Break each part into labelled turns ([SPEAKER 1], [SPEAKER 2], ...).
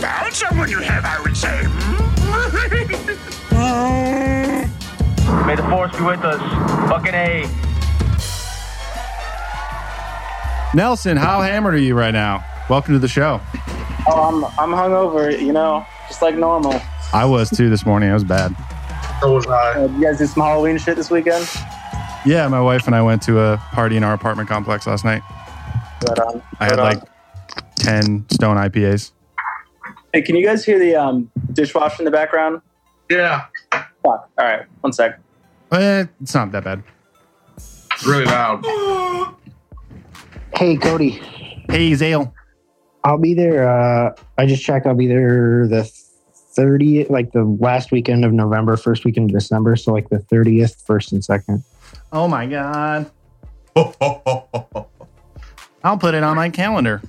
[SPEAKER 1] Found someone you have, I would say.
[SPEAKER 2] May the force be with us. Fucking A.
[SPEAKER 3] Nelson, how hammered are you right now? Welcome to the show.
[SPEAKER 4] Oh, I'm I'm hungover, you know, just like normal.
[SPEAKER 3] I was too this morning. It was bad.
[SPEAKER 5] So was I.
[SPEAKER 4] Uh, you guys did some Halloween shit this weekend,
[SPEAKER 3] Yeah, my wife and I went to a party in our apartment complex last night.
[SPEAKER 4] but um,
[SPEAKER 3] I had
[SPEAKER 4] but, um,
[SPEAKER 3] like 10 stone IPAs.
[SPEAKER 4] hey, can you guys hear the um dishwasher in the background?
[SPEAKER 5] Yeah.
[SPEAKER 4] Fuck. All right, one sec.
[SPEAKER 3] Eh, it's not that bad.
[SPEAKER 5] It's really loud.
[SPEAKER 6] Hey, Cody.
[SPEAKER 3] Hey, Zale.
[SPEAKER 6] I'll be there. Uh, I just checked. I'll be there the 30th, like the last weekend of November, first weekend of December. So, like the 30th, 1st, and 2nd.
[SPEAKER 3] Oh my God. I'll put it on my calendar.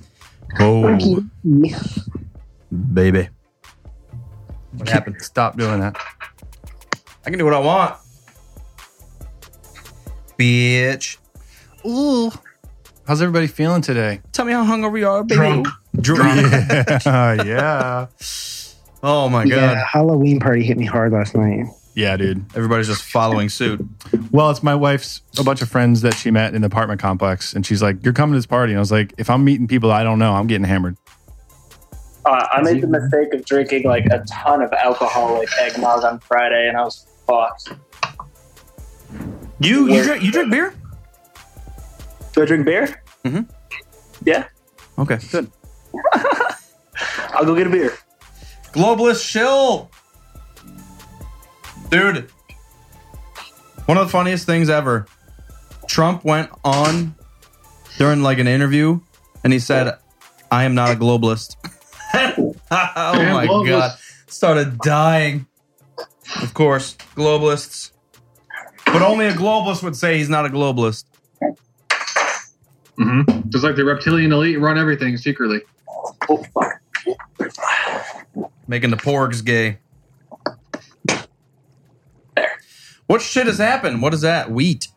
[SPEAKER 6] Okay.
[SPEAKER 7] Oh, baby.
[SPEAKER 3] What happened? Stop doing that.
[SPEAKER 7] I can do what I want. Bitch.
[SPEAKER 3] Ooh. How's everybody feeling today?
[SPEAKER 7] Tell me how hungry you are, baby.
[SPEAKER 5] Drunk.
[SPEAKER 7] Drunk.
[SPEAKER 3] Yeah. yeah.
[SPEAKER 7] Oh my
[SPEAKER 6] Yeah,
[SPEAKER 7] god.
[SPEAKER 6] Halloween party hit me hard last night.
[SPEAKER 3] Yeah, dude.
[SPEAKER 7] Everybody's just following suit.
[SPEAKER 3] Well, it's my wife's a bunch of friends that she met in the apartment complex, and she's like, "You're coming to this party," and I was like, "If I'm meeting people I don't know, I'm getting hammered."
[SPEAKER 4] Uh, I made the mistake of drinking like a ton of alcohol, like eggnog on Friday, and I was fucked.
[SPEAKER 7] You
[SPEAKER 4] Yeah.
[SPEAKER 7] you drink, you drink beer?
[SPEAKER 4] Do I drink beer?
[SPEAKER 3] Mm-hmm.
[SPEAKER 7] Mhm.
[SPEAKER 4] Yeah,
[SPEAKER 7] Okay. Good.
[SPEAKER 4] I'll go get a beer.
[SPEAKER 7] Globalist shill. Dude. One of the funniest things ever. Trump went on during like an interview and he said, I am not a globalist. oh my
[SPEAKER 5] globalist.
[SPEAKER 7] god. Started dying. Of course, globalists. But only a globalist would say he's not a globalist.
[SPEAKER 5] Mm-hmm. Just like the reptilian elite run everything secretly.
[SPEAKER 7] Making the porgs gay. What shit has happened? What is that? Wheat.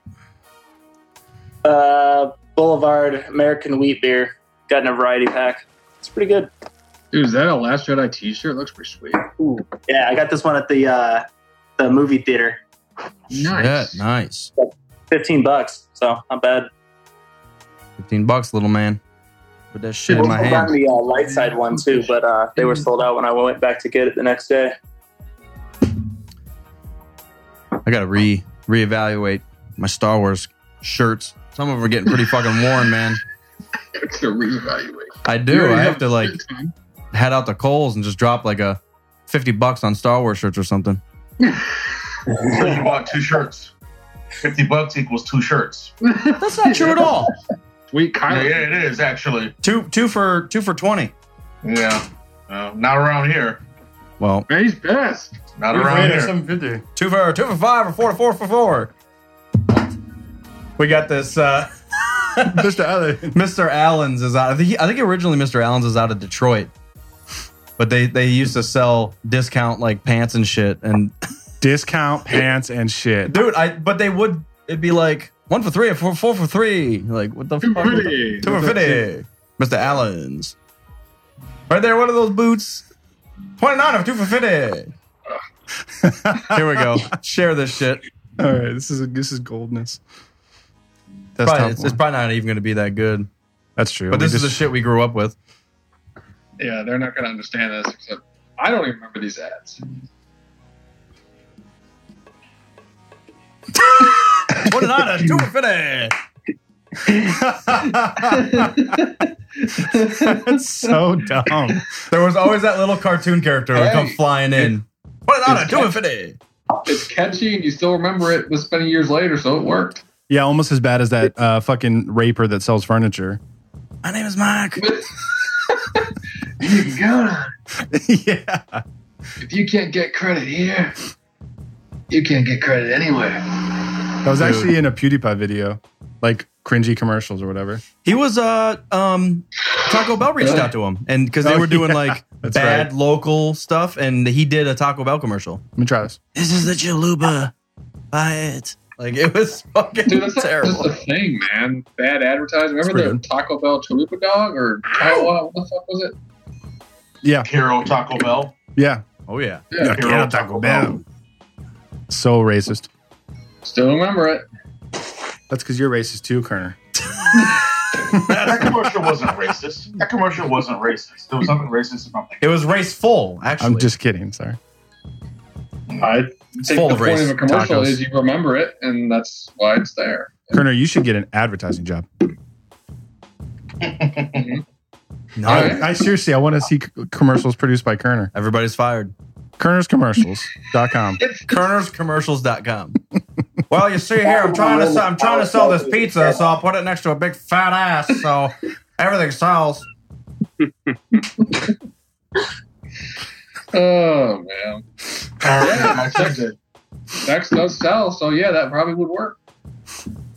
[SPEAKER 4] Uh, Boulevard American Wheat Beer. Got in a variety pack. It's pretty good.
[SPEAKER 5] Dude, is that a Last Jedi t-shirt? Looks pretty sweet.
[SPEAKER 4] Ooh. Yeah, I got this one at the uh, the movie theater.
[SPEAKER 5] Nice.
[SPEAKER 7] Shit, nice.
[SPEAKER 4] Fifteen bucks, so not bad.
[SPEAKER 7] 15 bucks, little man. Put that shit in
[SPEAKER 4] Well,
[SPEAKER 7] my
[SPEAKER 4] I got
[SPEAKER 7] hand.
[SPEAKER 4] the uh, light side one too, but uh, they were sold out when I went back to get it the next day.
[SPEAKER 7] I gotta re reevaluate my Star Wars shirts. Some of them are getting pretty fucking worn, man.
[SPEAKER 5] It's a reevaluate.
[SPEAKER 7] I
[SPEAKER 5] You
[SPEAKER 7] do.
[SPEAKER 5] already
[SPEAKER 7] I
[SPEAKER 5] have
[SPEAKER 7] have to like head out to Kohl's and just drop like a 50 bucks on Star Wars shirts or something.
[SPEAKER 8] So you bought two shirts. 50 bucks equals two shirts.
[SPEAKER 7] That's not true at all.
[SPEAKER 5] Sweet Kylo.
[SPEAKER 8] Yeah, it is, actually.
[SPEAKER 7] Two two for two for 20.
[SPEAKER 8] Yeah. Uh, not around here.
[SPEAKER 7] Well,
[SPEAKER 5] Man, he's best.
[SPEAKER 8] Not around here.
[SPEAKER 7] two for two for five or four to four for four. We got this uh
[SPEAKER 3] Mr. Other.
[SPEAKER 7] Mr. Allen's is out. I think, I think originally Mr. Allen's is out of Detroit, but they they used to sell discount like pants and shit. And
[SPEAKER 3] Discount pants and shit.
[SPEAKER 7] dude, I but they would it'd be like one for three or four, four for three. Like what the
[SPEAKER 5] Too
[SPEAKER 7] fuck?
[SPEAKER 5] pretty.
[SPEAKER 7] Two for fifty, Mr. Allen's. Right there, what are those boots? Twenty nine of two for fifty. Here we go. Share this shit.
[SPEAKER 3] All right, this is this is goldness. That's
[SPEAKER 7] Probably,
[SPEAKER 3] tough
[SPEAKER 7] it's,
[SPEAKER 3] one.
[SPEAKER 7] it's probably not even going to be that good.
[SPEAKER 3] That's true.
[SPEAKER 7] But
[SPEAKER 3] We
[SPEAKER 7] this is the
[SPEAKER 3] just-
[SPEAKER 7] shit we grew up with.
[SPEAKER 5] Yeah, they're not gonna understand this except I don't even remember these ads.
[SPEAKER 7] Twenty nine of two for fifty.
[SPEAKER 3] That's so dumb.
[SPEAKER 7] There was always that little cartoon character who would come flying in. What an honor, do it for day.
[SPEAKER 5] It's catchy and you still remember it this many years later, so it worked.
[SPEAKER 3] Yeah, almost as bad as that uh, fucking raper that sells furniture.
[SPEAKER 7] My name is Mike.
[SPEAKER 5] You can count on
[SPEAKER 3] yeah.
[SPEAKER 5] it. If you can't get credit here, you can't get credit anywhere.
[SPEAKER 3] That was actually in a PewDiePie video, like cringy commercials or whatever.
[SPEAKER 7] He was uh um Taco Bell reached out to him and because they
[SPEAKER 3] Oh,
[SPEAKER 7] were doing
[SPEAKER 3] yeah.
[SPEAKER 7] like
[SPEAKER 3] That's
[SPEAKER 7] bad
[SPEAKER 3] right.
[SPEAKER 7] local stuff and he did a Taco Bell commercial.
[SPEAKER 3] Let me try this.
[SPEAKER 7] This is the Chalupa. Buy it. Like it was fucking
[SPEAKER 5] Dude, that's not-
[SPEAKER 7] terrible.
[SPEAKER 5] That's the thing, man. Bad advertising. Remember
[SPEAKER 3] pretty
[SPEAKER 5] the Taco Bell Chalupa dog or Kiowa? What the fuck was it?
[SPEAKER 3] Yeah.
[SPEAKER 8] Hero Taco Bell.
[SPEAKER 3] Yeah.
[SPEAKER 7] oh yeah.
[SPEAKER 5] Yeah,
[SPEAKER 3] Hero Taco Bell. So racist.
[SPEAKER 5] Still remember it.
[SPEAKER 3] That's because you're racist too, Kerner.
[SPEAKER 8] That commercial wasn't racist. That commercial wasn't racist. There was nothing racist about
[SPEAKER 7] It was raceful, actually.
[SPEAKER 3] I'm just kidding. Sorry.
[SPEAKER 5] that. I
[SPEAKER 7] It's
[SPEAKER 5] think
[SPEAKER 7] full
[SPEAKER 5] the
[SPEAKER 7] of
[SPEAKER 5] point
[SPEAKER 7] race
[SPEAKER 5] of a commercial
[SPEAKER 7] tacos.
[SPEAKER 5] is you remember it, and that's why it's there.
[SPEAKER 3] Kerner, you should get an advertising job.
[SPEAKER 7] No.
[SPEAKER 3] I, I seriously, I want to see c- commercials produced by Kerner.
[SPEAKER 7] Everybody's fired.
[SPEAKER 3] KernersCommercials.com.
[SPEAKER 7] Kernerscommercials.com. well, you see here, I'm trying to sell, I'm trying to sell this pizza, so I'll put it next to a big fat ass, so everything sells.
[SPEAKER 5] Oh man,
[SPEAKER 8] that. Alright,
[SPEAKER 5] sex does sell, so yeah, that probably would work.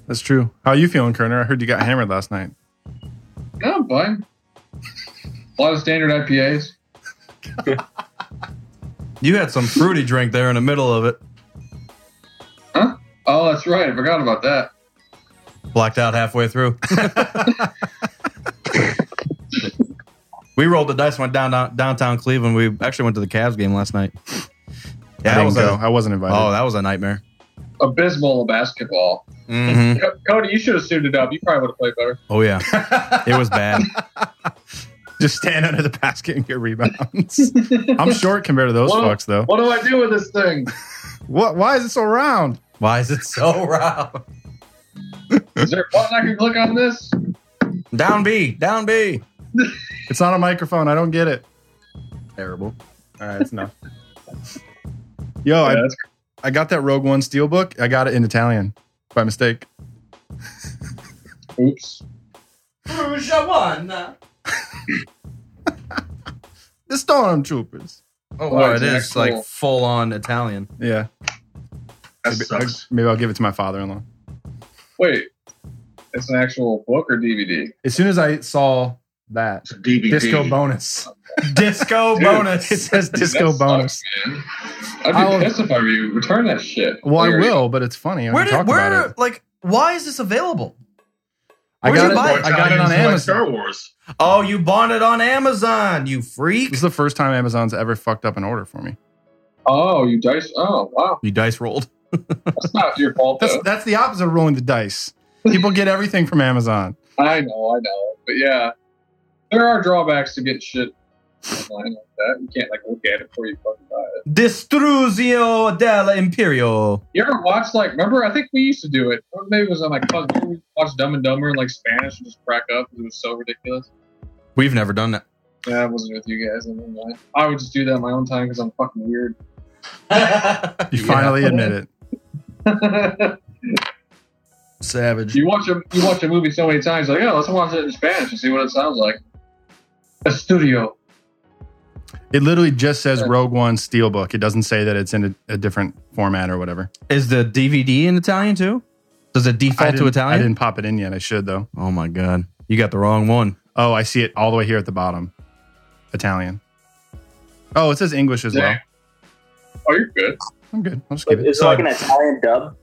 [SPEAKER 3] That's true. How are you feeling, Kerner? I heard you got hammered last night.
[SPEAKER 5] No, I'm fine. A lot of standard IPAs.
[SPEAKER 7] You had some fruity drink there in the middle of it.
[SPEAKER 5] Oh, that's right. I forgot about that.
[SPEAKER 7] Blacked out halfway through. we rolled the dice, went down, down downtown Cleveland. We actually went to the Cavs game last night.
[SPEAKER 3] I
[SPEAKER 7] Yeah, that
[SPEAKER 3] didn't
[SPEAKER 7] was
[SPEAKER 3] go.
[SPEAKER 7] a,
[SPEAKER 3] I uh, wasn't invited.
[SPEAKER 7] oh, that was a nightmare.
[SPEAKER 5] Abysmal basketball.
[SPEAKER 7] hmm
[SPEAKER 5] Co- Cody, you should have suited up. You probably would have played better.
[SPEAKER 7] Oh yeah, it was bad.
[SPEAKER 3] Just stand under the basket and get rebounds. I'm short compared to those
[SPEAKER 5] Well-
[SPEAKER 3] fucks, though.
[SPEAKER 5] What do I do with this thing?
[SPEAKER 3] What? Why is it so round?
[SPEAKER 7] Why is it so round?
[SPEAKER 5] Is there a button I can click on this?
[SPEAKER 7] Down B, down B.
[SPEAKER 3] It's not a microphone. I don't get it.
[SPEAKER 7] Terrible.
[SPEAKER 3] All right, it's enough. Yo,
[SPEAKER 5] Yeah, that's-
[SPEAKER 3] Oh, I, I got that Rogue One steelbook. I got it in Italian by mistake.
[SPEAKER 5] oops.
[SPEAKER 3] The Stormtroopers.
[SPEAKER 7] Oh,
[SPEAKER 5] wow,
[SPEAKER 7] wow, it
[SPEAKER 5] it's an
[SPEAKER 7] is like
[SPEAKER 5] actual-
[SPEAKER 7] full on Italian.
[SPEAKER 3] Yeah.
[SPEAKER 8] that
[SPEAKER 3] Maybe-
[SPEAKER 8] sucks.
[SPEAKER 3] Maybe I'll give it to my father-in-law.
[SPEAKER 5] Wait, it's an actual book or DVD?
[SPEAKER 3] As soon as I saw that
[SPEAKER 8] It's a DVD.
[SPEAKER 3] disco bonus,
[SPEAKER 7] Disco
[SPEAKER 5] Dude.
[SPEAKER 3] it
[SPEAKER 7] bonus.
[SPEAKER 3] says disco
[SPEAKER 5] That sucks,
[SPEAKER 3] bonus.
[SPEAKER 5] man. I'd be
[SPEAKER 3] I'll-
[SPEAKER 5] pissed if I were you. Return that shit.
[SPEAKER 3] Well, I
[SPEAKER 5] You're-
[SPEAKER 3] will, but it's funny. I
[SPEAKER 7] Where
[SPEAKER 3] can
[SPEAKER 7] did
[SPEAKER 3] talk
[SPEAKER 7] where
[SPEAKER 3] about it.
[SPEAKER 7] like why is this available?
[SPEAKER 3] I
[SPEAKER 7] where'd
[SPEAKER 3] got
[SPEAKER 7] you
[SPEAKER 3] it.
[SPEAKER 7] buy
[SPEAKER 8] Or
[SPEAKER 7] it?
[SPEAKER 3] I got it
[SPEAKER 8] Italians
[SPEAKER 3] on
[SPEAKER 8] like
[SPEAKER 3] Amazon.
[SPEAKER 8] Star Wars.
[SPEAKER 7] Oh, you bought it on Amazon, you freak.
[SPEAKER 3] This is the first time Amazon's ever fucked up an order for me.
[SPEAKER 5] Oh, you dice. Oh, wow.
[SPEAKER 7] You dice rolled.
[SPEAKER 5] That's not your fault,
[SPEAKER 3] That's
[SPEAKER 5] though.
[SPEAKER 3] that's the opposite of rolling the dice. People get everything from Amazon.
[SPEAKER 5] I know, I know. But yeah, there are drawbacks to get shit online like that. You can't, like, look at it before you fucking buy it.
[SPEAKER 7] Distruzio della Imperio.
[SPEAKER 5] You ever watch, like, remember? I think we used to do it. Or Maybe it was on, like, Fuzz- remember we watched Dumb and Dumber in, like, Spanish and just crack up. It was so ridiculous.
[SPEAKER 7] We've never done that.
[SPEAKER 5] Yeah, I wasn't with you guys. never mind. I would just do that on my own time because I'm fucking weird.
[SPEAKER 3] You finally admit it.
[SPEAKER 7] Savage.
[SPEAKER 5] you watch a you watch a movie so many times, like, yeah, let's watch it in Spanish and see what it sounds like. A studio.
[SPEAKER 3] It literally just says
[SPEAKER 5] Yeah.
[SPEAKER 3] Rogue One Steelbook. It doesn't say that it's in a, a different format or whatever.
[SPEAKER 7] Is the DVD in Italian too? Does it
[SPEAKER 3] I
[SPEAKER 7] default to
[SPEAKER 3] didn't- I
[SPEAKER 7] Italian?
[SPEAKER 3] didn't pop it in yet. I should though.
[SPEAKER 7] Oh my god. You got the wrong one.
[SPEAKER 3] Oh, I see it all the way here at the bottom. Italian. Oh, it says English as well.
[SPEAKER 5] Damn. Oh, you're good.
[SPEAKER 3] I'm good. I'll just give it.
[SPEAKER 4] It's like an Italian dub.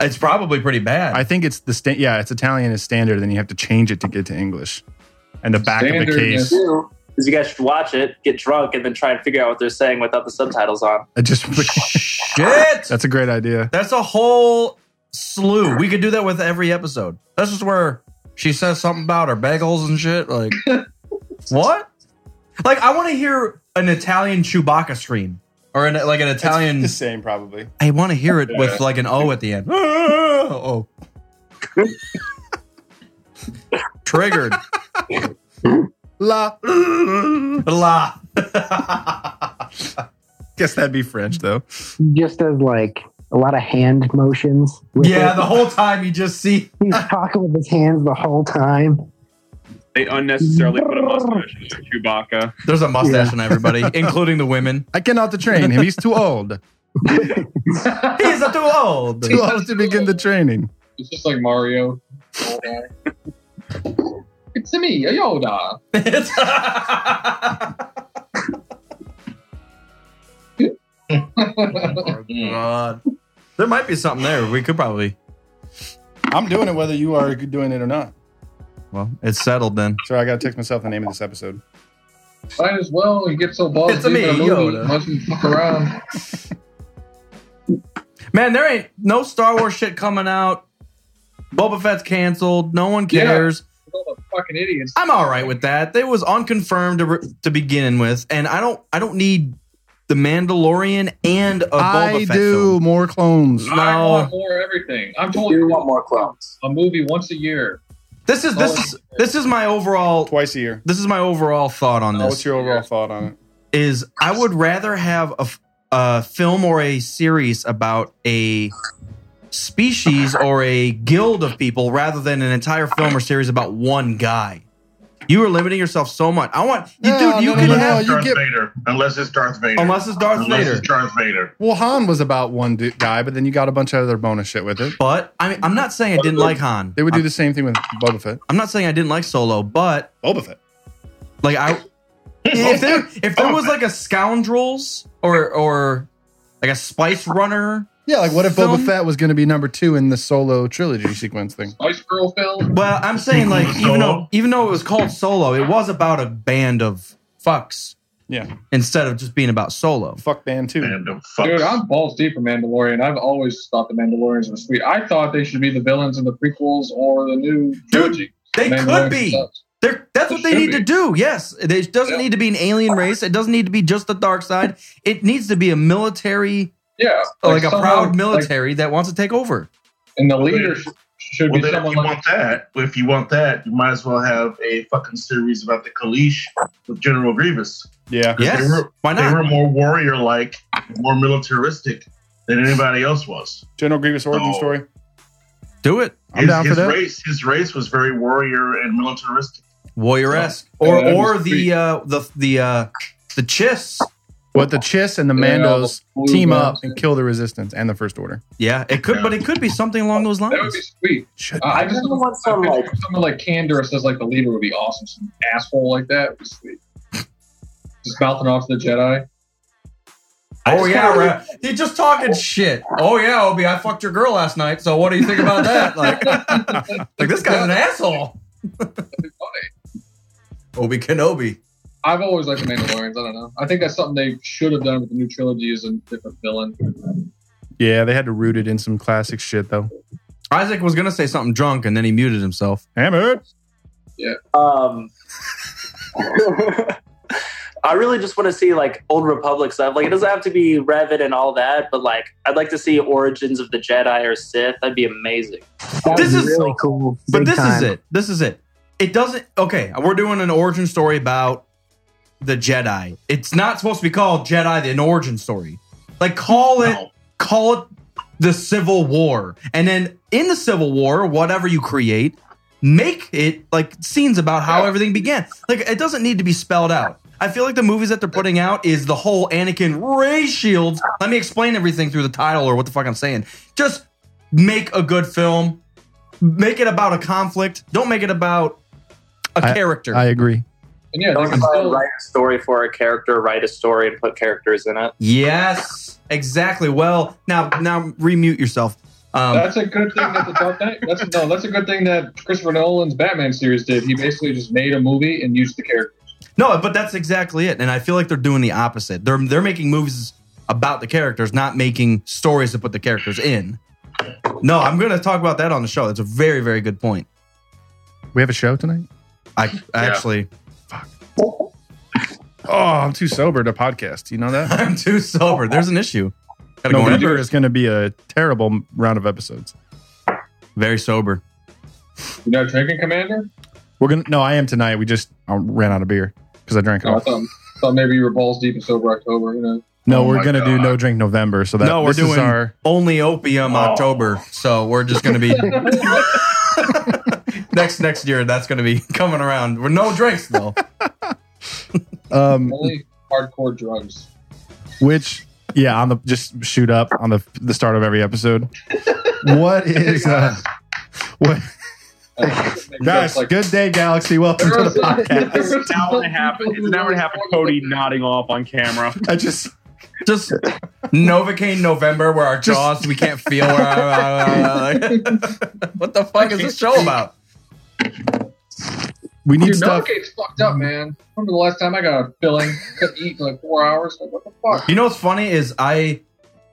[SPEAKER 7] It's probably pretty bad.
[SPEAKER 3] I think it's the sta- yeah, it's Italian is standard. Then you have to change it to get to English. And the back of
[SPEAKER 5] Standard
[SPEAKER 3] the case,
[SPEAKER 5] is-
[SPEAKER 4] Do is you guys should watch it, get drunk, and then try and figure out what they're saying without the subtitles on.
[SPEAKER 3] it just
[SPEAKER 7] Shit.
[SPEAKER 3] that's a great idea.
[SPEAKER 7] That's a whole slew. We could do that with every episode. This is where she says something about her bagels and shit. Like, what? Like, I want to hear an Italian Chewbacca scream or an, like an Italian.
[SPEAKER 3] same probably.
[SPEAKER 7] I want to hear it with like an O at the end. Oh. Triggered.
[SPEAKER 3] La
[SPEAKER 7] La.
[SPEAKER 3] guess that'd be French though.
[SPEAKER 6] Just as like a lot of hand motions. With
[SPEAKER 7] Yeah,
[SPEAKER 6] it.
[SPEAKER 7] the whole time you just see
[SPEAKER 6] he's talking with his hands the whole time.
[SPEAKER 9] They unnecessarily put a mustache in Chewbacca.
[SPEAKER 7] There's a mustache in everybody, including the women.
[SPEAKER 3] I cannot train him. He's too old.
[SPEAKER 7] He's too old.
[SPEAKER 3] Too old to begin the training.
[SPEAKER 5] It's just like Mario. it's me, a Yoda.
[SPEAKER 7] God. There might be something there. We could probably.
[SPEAKER 3] I'm doing it whether you are doing it or not.
[SPEAKER 7] Well, it's settled then.
[SPEAKER 3] Sorry, I got to text myself the name of this episode.
[SPEAKER 5] Might as well. You get so balls
[SPEAKER 7] It's a
[SPEAKER 5] deep
[SPEAKER 7] me,
[SPEAKER 5] in a movie,
[SPEAKER 7] Yoda.
[SPEAKER 5] much and fuck around.
[SPEAKER 7] Man, there ain't no Star Wars shit coming out. Boba Fett's canceled. No one cares.
[SPEAKER 5] All the fucking idiots.
[SPEAKER 7] I'm all right with that. It was unconfirmed to, re- to begin with, and I don't. I don't need the Mandalorian and a
[SPEAKER 3] I
[SPEAKER 7] Boba Fett.
[SPEAKER 3] do
[SPEAKER 7] film.
[SPEAKER 3] more clones.
[SPEAKER 5] I want
[SPEAKER 7] No,
[SPEAKER 5] more everything. I'm told you want more clowns. A movie once a year.
[SPEAKER 7] this is this is this is my overall
[SPEAKER 3] twice a year.
[SPEAKER 7] This is my overall thought on this.
[SPEAKER 3] What's your overall thought on it?
[SPEAKER 7] is I would rather have a, f- a film or a series about a species or a guild of people rather than an entire film or series about one guy. You are limiting yourself so much. I want you, dude. You
[SPEAKER 3] no, no,
[SPEAKER 7] Oh can
[SPEAKER 3] no,
[SPEAKER 7] have
[SPEAKER 3] you
[SPEAKER 8] Darth
[SPEAKER 3] get-
[SPEAKER 8] Vader, unless it's Darth Vader.
[SPEAKER 7] Unless it's Darth
[SPEAKER 8] Unless
[SPEAKER 7] Vader.
[SPEAKER 8] It's Darth Vader.
[SPEAKER 3] Well, Han was about one du- guy, but then you got a bunch of other bonus shit with it.
[SPEAKER 7] But I mean, I'm not saying I didn't like Han.
[SPEAKER 3] They would do
[SPEAKER 7] I'm-
[SPEAKER 3] the same thing with Boba Fett.
[SPEAKER 7] I'm not saying I didn't like Solo, but
[SPEAKER 3] Boba Fett.
[SPEAKER 7] like I, if there if there was like a scoundrels or or like a Spice Runner,
[SPEAKER 3] Yeah, like what if
[SPEAKER 7] Film?
[SPEAKER 3] Boba Fett was going to be number two in the solo trilogy sequence thing?
[SPEAKER 5] Ice Girl film.
[SPEAKER 7] Well, I'm saying like even though
[SPEAKER 8] Solo?
[SPEAKER 7] even though it was called solo, it was about a band of fucks
[SPEAKER 3] Yeah,
[SPEAKER 7] instead of just being about solo.
[SPEAKER 3] fuck band two.
[SPEAKER 8] And the fuck.
[SPEAKER 5] Dude, I'm balls deep for Mandalorian. I've always thought the Mandalorians were sweet. I thought they should be the villains in the prequels or the new trilogy.
[SPEAKER 7] They
[SPEAKER 5] Mandalorian
[SPEAKER 7] could be.
[SPEAKER 5] sucks.
[SPEAKER 7] They're, that's what they
[SPEAKER 5] should
[SPEAKER 7] need to
[SPEAKER 5] be.
[SPEAKER 7] do. Yes, it it doesn't
[SPEAKER 5] Yeah.
[SPEAKER 7] need to be an alien race. It doesn't need to be just the dark side. It needs to be a military,
[SPEAKER 5] Yeah,
[SPEAKER 7] like, a
[SPEAKER 5] somehow,
[SPEAKER 7] proud
[SPEAKER 5] like,
[SPEAKER 7] military that wants to take over.
[SPEAKER 5] and the leader sh- should
[SPEAKER 8] Well, then
[SPEAKER 5] be
[SPEAKER 8] if
[SPEAKER 5] someone
[SPEAKER 8] you want
[SPEAKER 5] like
[SPEAKER 8] that, if you want that, you might as well have a fucking series about the Kalish with General Grievous.
[SPEAKER 3] Yeah,
[SPEAKER 7] Yes,
[SPEAKER 8] were-
[SPEAKER 7] why
[SPEAKER 8] They were
[SPEAKER 7] not?
[SPEAKER 8] more warrior-like, more militaristic than anybody else was.
[SPEAKER 3] General Grievous origin
[SPEAKER 8] Oh.
[SPEAKER 3] story.
[SPEAKER 7] Do it,
[SPEAKER 3] I'm
[SPEAKER 8] his,
[SPEAKER 3] down for
[SPEAKER 8] his
[SPEAKER 3] that.
[SPEAKER 8] race, his race was very warrior and militaristic.
[SPEAKER 7] warrior esque, or
[SPEAKER 5] Yeah, that
[SPEAKER 7] or
[SPEAKER 5] was
[SPEAKER 7] the
[SPEAKER 5] sweet.
[SPEAKER 7] uh, the the uh, the Chiss.
[SPEAKER 3] What the Chiss and the
[SPEAKER 5] Yeah,
[SPEAKER 3] Mandos
[SPEAKER 5] all the blue
[SPEAKER 3] team
[SPEAKER 5] guys.
[SPEAKER 3] up and kill the Resistance and the First Order.
[SPEAKER 7] Yeah, it could,
[SPEAKER 8] Yeah.
[SPEAKER 7] but it could be something along those
[SPEAKER 5] that would
[SPEAKER 7] lines.
[SPEAKER 5] be sweet.
[SPEAKER 3] Should
[SPEAKER 5] Uh, I
[SPEAKER 4] I
[SPEAKER 5] just
[SPEAKER 4] really want some,
[SPEAKER 5] I picture
[SPEAKER 4] like-
[SPEAKER 5] someone like Candorous as like the leader would be awesome. Some asshole like that would be sweet. Just mouthing off to the Jedi.
[SPEAKER 7] Oh
[SPEAKER 4] just
[SPEAKER 7] yeah,
[SPEAKER 4] kinda-
[SPEAKER 7] right. he just talking shit. Oh yeah, Obi, I fucked your girl last night. So what do you think about that? Like, like this guy's an asshole.
[SPEAKER 5] That'd be funny.
[SPEAKER 7] Obi Kenobi.
[SPEAKER 5] I've always liked the Mandalorians. I don't know. I think that's something they should have done with the new trilogy is a different villain.
[SPEAKER 3] Yeah, they had to root it in some classic shit though.
[SPEAKER 7] Isaac was gonna say something drunk, and then he muted himself.
[SPEAKER 3] Hammered.
[SPEAKER 4] Um, I really just want to see like old Republic stuff. Like it doesn't have to be Revan and all that, but like I'd like to see Origins of the Jedi or Sith. That'd be amazing.
[SPEAKER 6] That
[SPEAKER 7] This
[SPEAKER 6] was
[SPEAKER 7] is-
[SPEAKER 6] really cool.
[SPEAKER 7] But
[SPEAKER 6] Big
[SPEAKER 7] this is
[SPEAKER 6] time.
[SPEAKER 7] it. This is it. It doesn't. Okay, we're doing an origin story about the Jedi. It's not supposed to be called Jedi: the an origin story. Like call it
[SPEAKER 8] No.
[SPEAKER 7] call it the Civil War, and then in the Civil War, whatever you create, make it like scenes about how everything began. Like it doesn't need to be spelled out. I feel like the movies that they're putting out is the whole Anakin Ray Shields. Let me explain everything through the title or what the fuck I'm saying. Just make a good film. Make it about a conflict. Don't make it about a character.
[SPEAKER 3] I agree.
[SPEAKER 5] And yeah, they
[SPEAKER 4] Don't
[SPEAKER 5] can
[SPEAKER 4] try to
[SPEAKER 5] still,
[SPEAKER 4] write a story for a character, write a story and put characters in it.
[SPEAKER 7] yes, exactly. Well, now now remute yourself. Um,
[SPEAKER 5] that's a good thing that the Dark Knight. That's no, that's a good thing that Christopher Nolan's Batman series did. He basically just made a movie and used the character.
[SPEAKER 7] no, but that's exactly it. And I feel like they're doing the opposite. They're they're making movies about the characters, not making stories to put the characters in. No, I'm going to talk about that on the show. That's a very very good point.
[SPEAKER 3] We have a show tonight.
[SPEAKER 7] I actually
[SPEAKER 3] Oh, I'm too sober to podcast. You know that.
[SPEAKER 7] I'm too sober. There's an issue. Gotta go in.
[SPEAKER 3] November is going to be a terrible round of episodes.
[SPEAKER 7] Very sober.
[SPEAKER 5] You know, drinking commander.
[SPEAKER 3] We're gonna. No, I am tonight. We just I ran out of beer because I drank it
[SPEAKER 5] No, I
[SPEAKER 3] all.
[SPEAKER 5] thought, thought maybe you were balls deep in sober October. You know,
[SPEAKER 3] No,
[SPEAKER 8] Oh
[SPEAKER 3] we're
[SPEAKER 8] my
[SPEAKER 3] gonna do
[SPEAKER 8] God.
[SPEAKER 3] no drink November. So that
[SPEAKER 7] No, we're
[SPEAKER 3] this is
[SPEAKER 7] doing-
[SPEAKER 3] our
[SPEAKER 7] Only opium October. So we're just gonna be next next year, that's going to be coming around. With no drinks though.
[SPEAKER 3] Um,
[SPEAKER 5] Only hardcore drugs.
[SPEAKER 3] which yeah, on the just shoot up on the the start of every episode. what is uh, what? Guys, good day, Galaxy. Welcome to the podcast.
[SPEAKER 9] It's an hour and a half. It's an hour and a half of Cody nodding off on camera.
[SPEAKER 3] I just
[SPEAKER 7] just Novocaine November, where our jaws we can't feel. Where like, what the fuck is this show about?
[SPEAKER 3] We need
[SPEAKER 5] Dude,
[SPEAKER 3] stuff.
[SPEAKER 5] Novocain's fucked up, man. Remember the last time I got a filling? Couldn't eat in like four hours. Like, what the fuck?
[SPEAKER 7] You know what's funny is I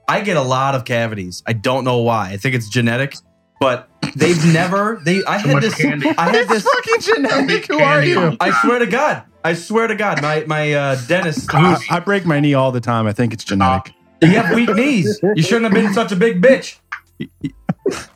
[SPEAKER 7] I get a lot of cavities. I don't know why. I think it's genetic, but they've never they I had
[SPEAKER 3] much
[SPEAKER 7] this
[SPEAKER 3] candy.
[SPEAKER 7] I had this
[SPEAKER 3] fucking genetic.
[SPEAKER 7] Who are you? I swear to God. I swear to God. My my uh, dentist
[SPEAKER 3] I,
[SPEAKER 7] who's
[SPEAKER 3] I break my knee all the time. I think it's genetic.
[SPEAKER 7] you have weak knees. You shouldn't have been such a big bitch.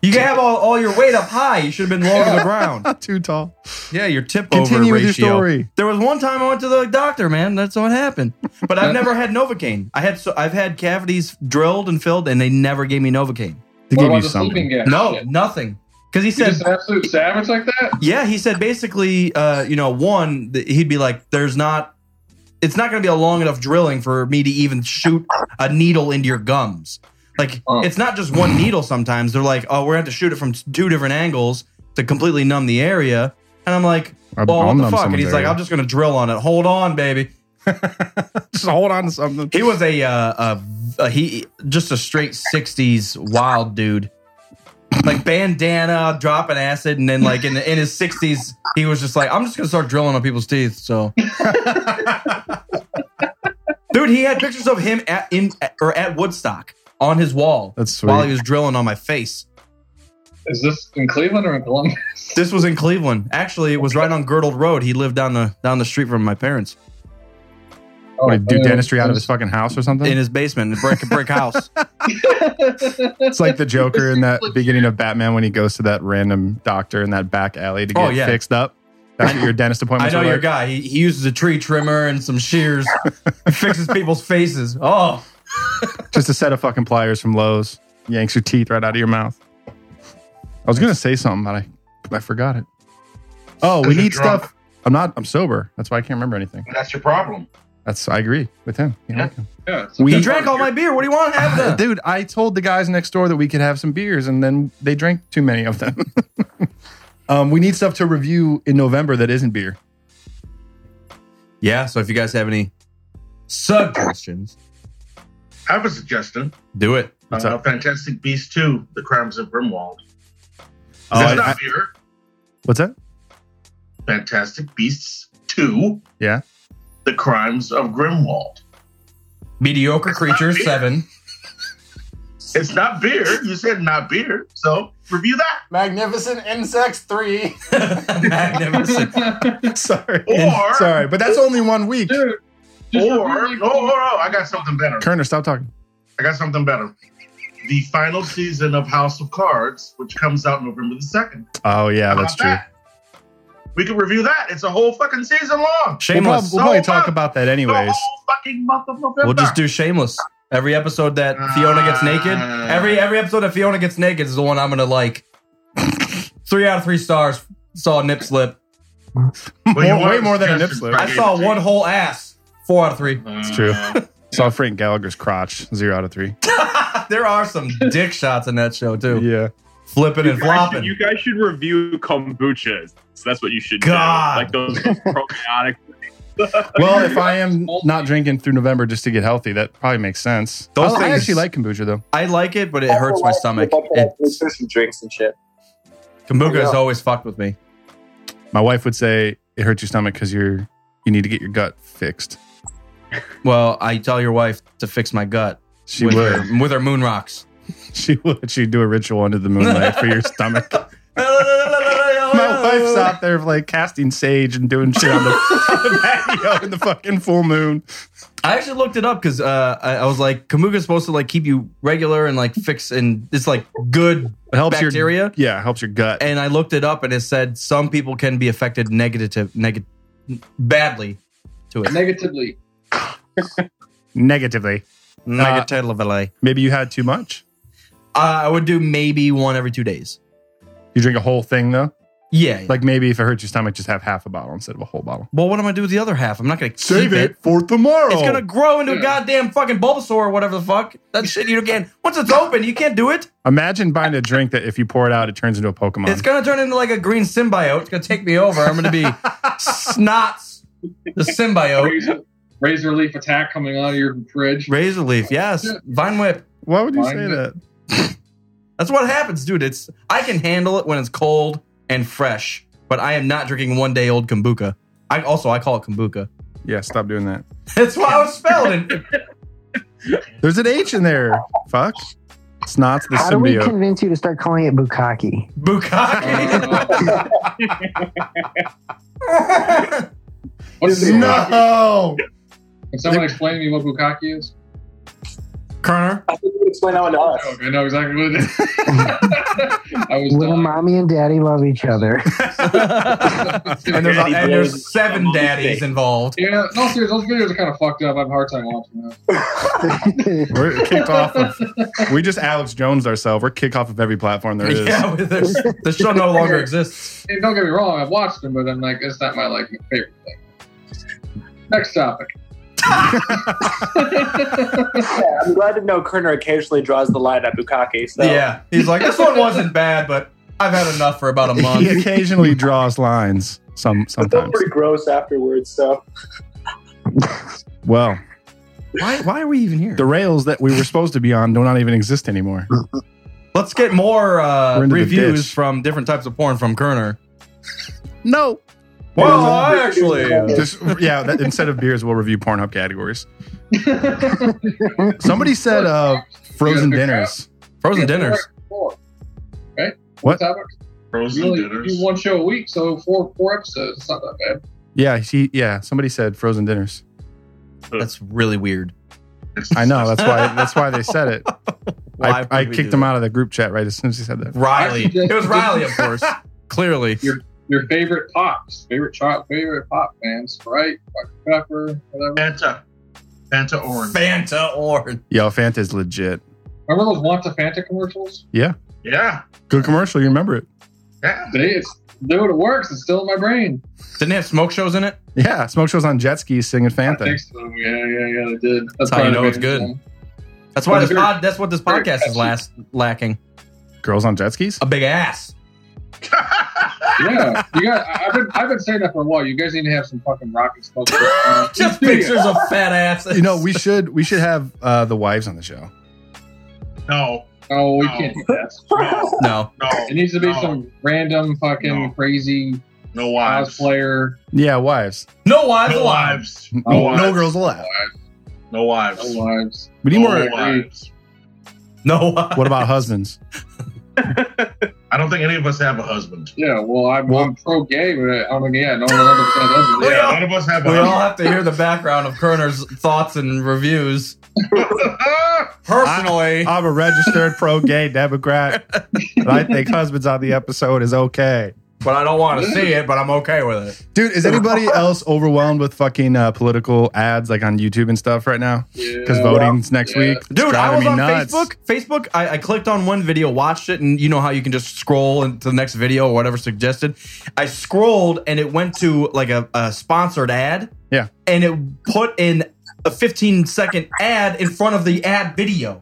[SPEAKER 7] You can have all, all your weight up high. You should have been lower to the ground.
[SPEAKER 3] Too tall.
[SPEAKER 7] Yeah, your tip
[SPEAKER 3] Continue
[SPEAKER 7] over
[SPEAKER 3] with your
[SPEAKER 7] ratio.
[SPEAKER 3] story.
[SPEAKER 7] There was one time I went to the doctor, man. That's what happened. But I've never had Novocaine. I had so I've had cavities drilled and filled, and they never gave me Novocaine.
[SPEAKER 3] They
[SPEAKER 5] What
[SPEAKER 3] gave
[SPEAKER 5] about
[SPEAKER 3] you
[SPEAKER 5] the sleeping
[SPEAKER 3] something.
[SPEAKER 5] gas?
[SPEAKER 7] No,
[SPEAKER 5] shit?
[SPEAKER 7] nothing. Because he
[SPEAKER 5] You
[SPEAKER 7] said
[SPEAKER 5] just an absolute savage like that?
[SPEAKER 7] yeah, he said basically, uh, you know, one, th- he'd be like, there's not, it's not going to be a long enough drilling for me to even shoot a needle into your gums. Like,
[SPEAKER 5] Oh.
[SPEAKER 7] it's not just one needle sometimes. They're like, oh, we're going to have to shoot it from t- two different angles to completely numb the area. And I'm like,
[SPEAKER 3] Or-
[SPEAKER 7] well,
[SPEAKER 3] I'll
[SPEAKER 7] what the
[SPEAKER 3] numb
[SPEAKER 7] fuck? And
[SPEAKER 3] someone's
[SPEAKER 7] he's like,
[SPEAKER 3] area.
[SPEAKER 7] I'm just going to drill on it. Hold on, baby.
[SPEAKER 3] Just hold on to something.
[SPEAKER 7] He was a, uh, a, a he just a straight '60s wild dude, like bandana, dropping acid, and then like in the, in his '60s, he was just like, "I'm just gonna start drilling on people's teeth." So, dude, he had pictures of him at in or at Woodstock on his wall
[SPEAKER 3] That's sweet.
[SPEAKER 7] while he was drilling on my face.
[SPEAKER 5] Is this in Cleveland or in Columbus?
[SPEAKER 7] This was in Cleveland. Actually, it was right on Girdled Road. He lived down the down the street from my parents
[SPEAKER 5] Oh,
[SPEAKER 3] What, do
[SPEAKER 5] uh,
[SPEAKER 3] dentistry out of his fucking house or something?
[SPEAKER 7] in his basement, in a brick brick house.
[SPEAKER 3] It's like the Joker in that beginning of Batman when he goes to that random doctor in that back alley to get
[SPEAKER 7] Oh, yeah.
[SPEAKER 3] fixed up. That's what your dentist
[SPEAKER 7] I
[SPEAKER 3] appointments
[SPEAKER 7] know
[SPEAKER 3] are
[SPEAKER 7] your
[SPEAKER 3] like.
[SPEAKER 7] guy. He, he uses a tree trimmer and some shears, fixes people's faces. Oh,
[SPEAKER 3] Just a set of fucking pliers from Lowe's. Yanks your teeth right out of your mouth. I was gonna say something, but I I forgot it. Oh, we
[SPEAKER 8] you're
[SPEAKER 3] need
[SPEAKER 8] drunk.
[SPEAKER 3] stuff. I'm not. I'm sober. That's why I can't remember anything.
[SPEAKER 8] That's your problem.
[SPEAKER 3] That's. I agree with him. You know,
[SPEAKER 8] Yeah.
[SPEAKER 5] Yeah, it's-
[SPEAKER 3] We
[SPEAKER 7] he drank all my beer. What do you want to have? then?
[SPEAKER 3] dude. I told the guys next door that we could have some beers, and then they drank too many of them. um, we need stuff to review in November that isn't beer.
[SPEAKER 7] Yeah. So if you guys have any suggestions,
[SPEAKER 8] I have a suggestion.
[SPEAKER 7] do it.
[SPEAKER 3] What's
[SPEAKER 8] uh,
[SPEAKER 3] up?
[SPEAKER 8] Fantastic Beast 2, The Crimes of Grimwald. Uh,
[SPEAKER 3] Oh,
[SPEAKER 8] That's
[SPEAKER 3] I-
[SPEAKER 8] not
[SPEAKER 3] I-
[SPEAKER 8] beer.
[SPEAKER 3] What's that?
[SPEAKER 8] Fantastic Beasts 2,
[SPEAKER 3] Yeah.
[SPEAKER 8] The Crimes of Grimwald.
[SPEAKER 7] Mediocre creature seven.
[SPEAKER 8] It's not beer. You said not beer. So review that.
[SPEAKER 10] Magnificent Insects 3.
[SPEAKER 7] Magnificent.
[SPEAKER 3] sorry.
[SPEAKER 8] Or-
[SPEAKER 3] sorry, but that's only one week.
[SPEAKER 5] Dude, just
[SPEAKER 8] Or,
[SPEAKER 5] review,
[SPEAKER 8] no,
[SPEAKER 5] like,
[SPEAKER 8] no, no, I got something better.
[SPEAKER 3] Kerner, stop talking.
[SPEAKER 8] I got something better. The final season of House of Cards, which comes out November the 2nd.
[SPEAKER 3] Oh yeah, that's true.
[SPEAKER 8] We can review that. It's a whole fucking season long.
[SPEAKER 3] We'll, prob-
[SPEAKER 7] Shameless.
[SPEAKER 3] we'll
[SPEAKER 7] We'll,
[SPEAKER 8] prob-
[SPEAKER 3] probably
[SPEAKER 8] So
[SPEAKER 3] talk
[SPEAKER 8] much.
[SPEAKER 3] about that anyways.
[SPEAKER 8] The whole fucking month of November.
[SPEAKER 7] just do shameless. Every episode that Fiona gets naked, every every episode that Fiona gets naked is the one I'm gonna like. Three out of three stars. Saw a nip slip.
[SPEAKER 8] Well, you
[SPEAKER 3] More-
[SPEAKER 8] want
[SPEAKER 3] way more than a nip
[SPEAKER 8] suggestions,
[SPEAKER 3] slip.
[SPEAKER 8] right?
[SPEAKER 7] I saw one whole ass. Four out of three.
[SPEAKER 3] It's true. Saw Frank Gallagher's crotch, zero out of three.
[SPEAKER 7] There are some dick shots in that show too.
[SPEAKER 3] yeah.
[SPEAKER 7] Flipping
[SPEAKER 9] You
[SPEAKER 7] and
[SPEAKER 9] guys, should,
[SPEAKER 7] flopping.
[SPEAKER 9] you guys should review kombuchas. So that's what you should
[SPEAKER 7] God.
[SPEAKER 9] do. Like those probiotic.
[SPEAKER 3] Well, if I am not drinking through November just to get healthy, that probably makes sense.
[SPEAKER 7] Those
[SPEAKER 3] I, I
[SPEAKER 7] things-
[SPEAKER 3] actually like kombucha though.
[SPEAKER 7] I like it,
[SPEAKER 9] Oh,
[SPEAKER 7] but it hurts my stomach. It's,
[SPEAKER 4] Nutrition drinks and shit.
[SPEAKER 7] kombucha has always fucked with me.
[SPEAKER 3] My wife would say it hurts your stomach because you're you need to get your gut fixed.
[SPEAKER 7] Well, I tell your wife to fix my gut
[SPEAKER 3] She
[SPEAKER 7] with,
[SPEAKER 3] would.
[SPEAKER 7] her, with her moon rocks.
[SPEAKER 3] She would. She'd do a ritual under the moonlight for your stomach. My
[SPEAKER 7] my
[SPEAKER 3] wife's out there like casting sage and doing shit on the, the patio in the fucking full moon.
[SPEAKER 7] I actually looked it up because uh, I, I was like, kombucha's supposed to like keep you regular and like fix and it's like good
[SPEAKER 3] It helps
[SPEAKER 7] bacteria.
[SPEAKER 3] your yeah, it helps your gut.
[SPEAKER 7] and I looked it up and it said some people can be affected negative, negative, badly to it.
[SPEAKER 5] Negatively.
[SPEAKER 3] Negatively,
[SPEAKER 7] Negatively.
[SPEAKER 3] maybe you had too much.
[SPEAKER 7] Uh, I would do maybe one every two days.
[SPEAKER 3] You drink a whole thing though.
[SPEAKER 7] Yeah,
[SPEAKER 3] Like maybe if it hurts your stomach, just have half a bottle instead of a whole bottle.
[SPEAKER 7] Well, what am I gonna do with the other half? I'm not gonna keep it.
[SPEAKER 3] for tomorrow.
[SPEAKER 7] It's gonna grow into a goddamn fucking Bulbasaur or whatever the fuck. That shit you can once it's open, you can't do it.
[SPEAKER 3] Imagine buying a drink that if you pour it out, it turns into a Pokemon.
[SPEAKER 7] It's gonna turn into like a green symbiote. It's gonna take me over. I'm gonna be snots the
[SPEAKER 3] Oh.
[SPEAKER 7] symbiote.
[SPEAKER 5] Razor leaf attack coming out of your fridge.
[SPEAKER 7] Razor leaf, yes. Vine whip.
[SPEAKER 3] Why would
[SPEAKER 5] you Vine say whip.
[SPEAKER 7] That's what happens, dude. It's I can handle it when it's cold and fresh, but I am not drinking one day old kombucha. I also I call it kombucha.
[SPEAKER 3] yeah, stop doing that.
[SPEAKER 7] That's why I was spelling it.
[SPEAKER 3] There's an H in there. Fuck. Snots the
[SPEAKER 6] How do we
[SPEAKER 3] symbiote.
[SPEAKER 6] convince you to start calling it bukkake?
[SPEAKER 7] Bukkake.
[SPEAKER 5] What is bukkake?
[SPEAKER 3] no.
[SPEAKER 5] Can someone explain to me what bukkake is?
[SPEAKER 7] Kerner.
[SPEAKER 4] I think you would explain that one to
[SPEAKER 7] Oh,
[SPEAKER 4] us.
[SPEAKER 5] Okay, I know exactly what it is. I was
[SPEAKER 6] Little
[SPEAKER 5] dying.
[SPEAKER 6] mommy and daddy love each other.
[SPEAKER 7] and there's and there's seven daddies involved.
[SPEAKER 5] Yeah, no, seriously, those videos are kind of fucked up. I have a hard time watching them.
[SPEAKER 3] We're kicked off of. We just Alex Jones ourselves. We're kicked off of every platform there is.
[SPEAKER 7] Yeah, there's, the show no longer exists.
[SPEAKER 5] Hey, don't get me wrong, I've watched them, but I'm like, it's not my like favorite thing. Next topic.
[SPEAKER 4] Yeah, I'm glad to know Kerner occasionally draws the line at Bukaki. So
[SPEAKER 7] Yeah, he's like this one wasn't bad, but I've had enough for about a month.
[SPEAKER 3] He occasionally draws lines. Some
[SPEAKER 4] But they're
[SPEAKER 3] sometimes.
[SPEAKER 4] pretty gross afterwards. So
[SPEAKER 3] Well,
[SPEAKER 7] Why, why are we even here?
[SPEAKER 3] the rails that we were supposed to be on do not even exist anymore.
[SPEAKER 7] Let's get more uh,
[SPEAKER 3] We're into the
[SPEAKER 7] reviews
[SPEAKER 3] ditch.
[SPEAKER 7] from different types of porn from Kerner.
[SPEAKER 3] No.
[SPEAKER 7] Well, I actually.
[SPEAKER 3] Just, yeah, that, instead of beers, we'll review Pornhub categories. Somebody said uh, frozen dinners.
[SPEAKER 7] frozen dinners.
[SPEAKER 5] Four. Okay.
[SPEAKER 3] What?
[SPEAKER 5] Topic.
[SPEAKER 8] Frozen
[SPEAKER 5] You only
[SPEAKER 8] dinners.
[SPEAKER 5] do one show a week, so four four episodes. It's not that bad.
[SPEAKER 3] Yeah, she, yeah. Somebody said frozen dinners.
[SPEAKER 7] That's really weird.
[SPEAKER 3] I know. That's why. That's why they said it. I, I kicked them
[SPEAKER 7] them
[SPEAKER 3] out of the group chat right as soon as he said that.
[SPEAKER 7] Riley.
[SPEAKER 5] I suggest-
[SPEAKER 7] It was Riley, of course. Clearly.
[SPEAKER 5] You're- Your favorite pops, favorite chop, favorite pop, man. Sprite, Dr. Pepper, whatever.
[SPEAKER 8] Fanta. Fanta orange.
[SPEAKER 7] Fanta or
[SPEAKER 3] Yo, Fanta's legit.
[SPEAKER 5] Remember those Wanta Fanta commercials?
[SPEAKER 3] Yeah,
[SPEAKER 8] yeah.
[SPEAKER 3] good commercial. You remember it?
[SPEAKER 8] Yeah.
[SPEAKER 5] They, it's, dude, it works. It's still in my brain.
[SPEAKER 7] Didn't it have smoke shows in it?
[SPEAKER 3] Yeah, smoke shows on jet skis singing
[SPEAKER 5] I
[SPEAKER 3] Fanta.
[SPEAKER 5] think so. Yeah, yeah, yeah. They did. That's,
[SPEAKER 7] how you know
[SPEAKER 5] probably
[SPEAKER 7] it's good.
[SPEAKER 5] the
[SPEAKER 7] That's why
[SPEAKER 5] Well,
[SPEAKER 7] this
[SPEAKER 5] they're-
[SPEAKER 7] pod, That's what this
[SPEAKER 5] they're
[SPEAKER 7] podcast is
[SPEAKER 5] catchy.
[SPEAKER 7] last lacking.
[SPEAKER 3] Girls on jet skis.
[SPEAKER 7] A big ass.
[SPEAKER 5] main one. Yeah, you got. I- I've been, I've been saying that for a while. You guys need to have some fucking rocket smoke.
[SPEAKER 7] Just pictures of fat asses.
[SPEAKER 3] You know, we should we should have uh, the wives on the show.
[SPEAKER 8] No.
[SPEAKER 5] Oh, we can't do that.
[SPEAKER 8] No.
[SPEAKER 7] no.
[SPEAKER 8] No.
[SPEAKER 5] It needs to be
[SPEAKER 8] No.
[SPEAKER 5] some random fucking
[SPEAKER 8] No.
[SPEAKER 5] crazy
[SPEAKER 8] No wives.
[SPEAKER 5] cosplayer.
[SPEAKER 3] Yeah, wives.
[SPEAKER 7] No wives
[SPEAKER 8] No
[SPEAKER 7] alive.
[SPEAKER 8] wives.
[SPEAKER 5] Oh,
[SPEAKER 3] No,
[SPEAKER 8] wives.
[SPEAKER 3] no girls allowed.
[SPEAKER 8] No wives.
[SPEAKER 5] No lives.
[SPEAKER 3] We need
[SPEAKER 8] No
[SPEAKER 5] Oh,
[SPEAKER 3] more.
[SPEAKER 8] wives.
[SPEAKER 7] No wives.
[SPEAKER 3] What about husbands?
[SPEAKER 8] I don't think any of us have a husband.
[SPEAKER 5] Yeah, well, I'm, I'm pro gay, but I'm like, yeah, no one ever said
[SPEAKER 8] Yeah,
[SPEAKER 5] that.
[SPEAKER 8] none of us have a
[SPEAKER 7] We all
[SPEAKER 8] husband.
[SPEAKER 7] have to hear the background of Kerner's thoughts and reviews.
[SPEAKER 8] Ah!
[SPEAKER 7] Personally,
[SPEAKER 3] I'm a registered pro gay Democrat, and I think husbands on the episode is okay.
[SPEAKER 7] but I don't want to see it, but I'm okay with it.
[SPEAKER 3] Dude, is anybody else overwhelmed with fucking uh, political ads like on YouTube and stuff right now? Because
[SPEAKER 5] Yeah.
[SPEAKER 3] voting's next
[SPEAKER 5] Yeah.
[SPEAKER 3] week. It's
[SPEAKER 7] Dude, I
[SPEAKER 3] driving
[SPEAKER 7] was
[SPEAKER 3] me
[SPEAKER 7] on
[SPEAKER 3] nuts.
[SPEAKER 7] Facebook. Facebook, I, I clicked on one video, watched it, and you know how you can just scroll into the next video or whatever suggested. I scrolled and it went to like a, a sponsored ad.
[SPEAKER 3] Yeah.
[SPEAKER 7] And it put in a 15 second ad in front of the ad video.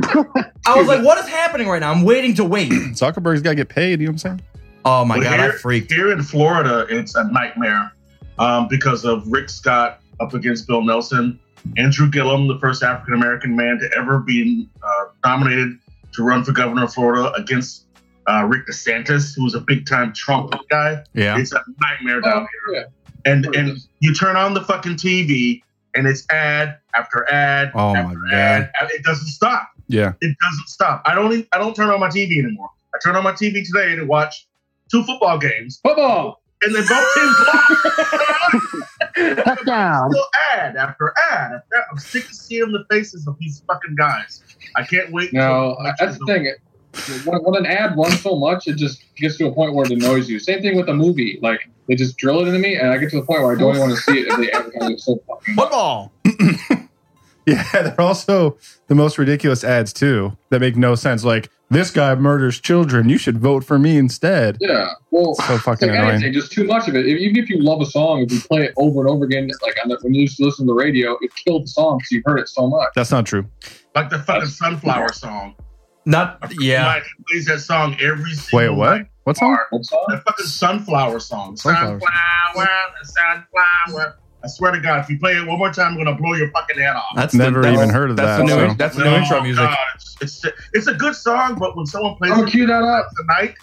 [SPEAKER 7] I was like, what is happening right now? I'm waiting to wait.
[SPEAKER 3] Zuckerberg's got to get paid. You know what I'm saying?
[SPEAKER 7] Oh my
[SPEAKER 8] Well,
[SPEAKER 7] God, I
[SPEAKER 8] here-
[SPEAKER 7] freaked.
[SPEAKER 8] Here in Florida, it's a nightmare um, because of Rick Scott up against Bill Nelson, Andrew Gillum, the first African American man to ever be uh, nominated to run for governor of Florida against uh, Rick DeSantis, who was a big time Trump guy.
[SPEAKER 7] Yeah.
[SPEAKER 8] It's a nightmare
[SPEAKER 5] Oh,
[SPEAKER 8] down
[SPEAKER 5] yeah.
[SPEAKER 8] here. And and you turn on the fucking TV and it's ad after ad.
[SPEAKER 7] Oh my
[SPEAKER 8] after
[SPEAKER 7] God.
[SPEAKER 8] ad, and it doesn't stop
[SPEAKER 3] Yeah.
[SPEAKER 8] it doesn't stop. I don't even, I don't turn on my TV anymore. I turn on my TV today to watch two football games,
[SPEAKER 5] Football.
[SPEAKER 8] and they both teams lost.
[SPEAKER 6] Touchdown.
[SPEAKER 8] Still ad after ad. after ad. I'm sick of seeing the faces of these fucking guys. I can't wait.
[SPEAKER 5] No, uh,
[SPEAKER 8] till-
[SPEAKER 5] that's the thing. When, when an ad runs so much, it just gets to a point where it annoys you. Same thing with a movie. Like, they just drill it into me, and I get to the point where I don't even want to see it if they advertise it so fucking much.
[SPEAKER 7] Football.
[SPEAKER 3] Yeah, they're also the most ridiculous ads too that make no sense. Like this guy murders children. You should vote for me instead.
[SPEAKER 5] Yeah. Well,
[SPEAKER 3] So fucking
[SPEAKER 5] like
[SPEAKER 3] annoying.
[SPEAKER 5] anything, just too much of it. If, even if you love a song, if you play it over and over again, like on the, when you used to listen to the radio, it killed the song because you heard it so much.
[SPEAKER 3] That's not true.
[SPEAKER 8] Like the fucking sunflower song.
[SPEAKER 7] Not yeah.
[SPEAKER 8] Like, he plays that song every
[SPEAKER 3] Wait,
[SPEAKER 8] single
[SPEAKER 3] what? What song?
[SPEAKER 8] That fucking sunflower song.
[SPEAKER 3] Sunflower
[SPEAKER 8] Sunflower, sunflower. I swear to God, if you play it one more time, I'm gonna blow your fucking head off.
[SPEAKER 3] That's Never even heard of
[SPEAKER 7] that's
[SPEAKER 3] that,
[SPEAKER 7] The new,
[SPEAKER 3] so.
[SPEAKER 7] That's the new
[SPEAKER 8] No,
[SPEAKER 7] intro music.
[SPEAKER 8] God, it's, it's it's a good song, but when someone plays
[SPEAKER 5] Oh,
[SPEAKER 8] it
[SPEAKER 5] cue that up.
[SPEAKER 8] tonight,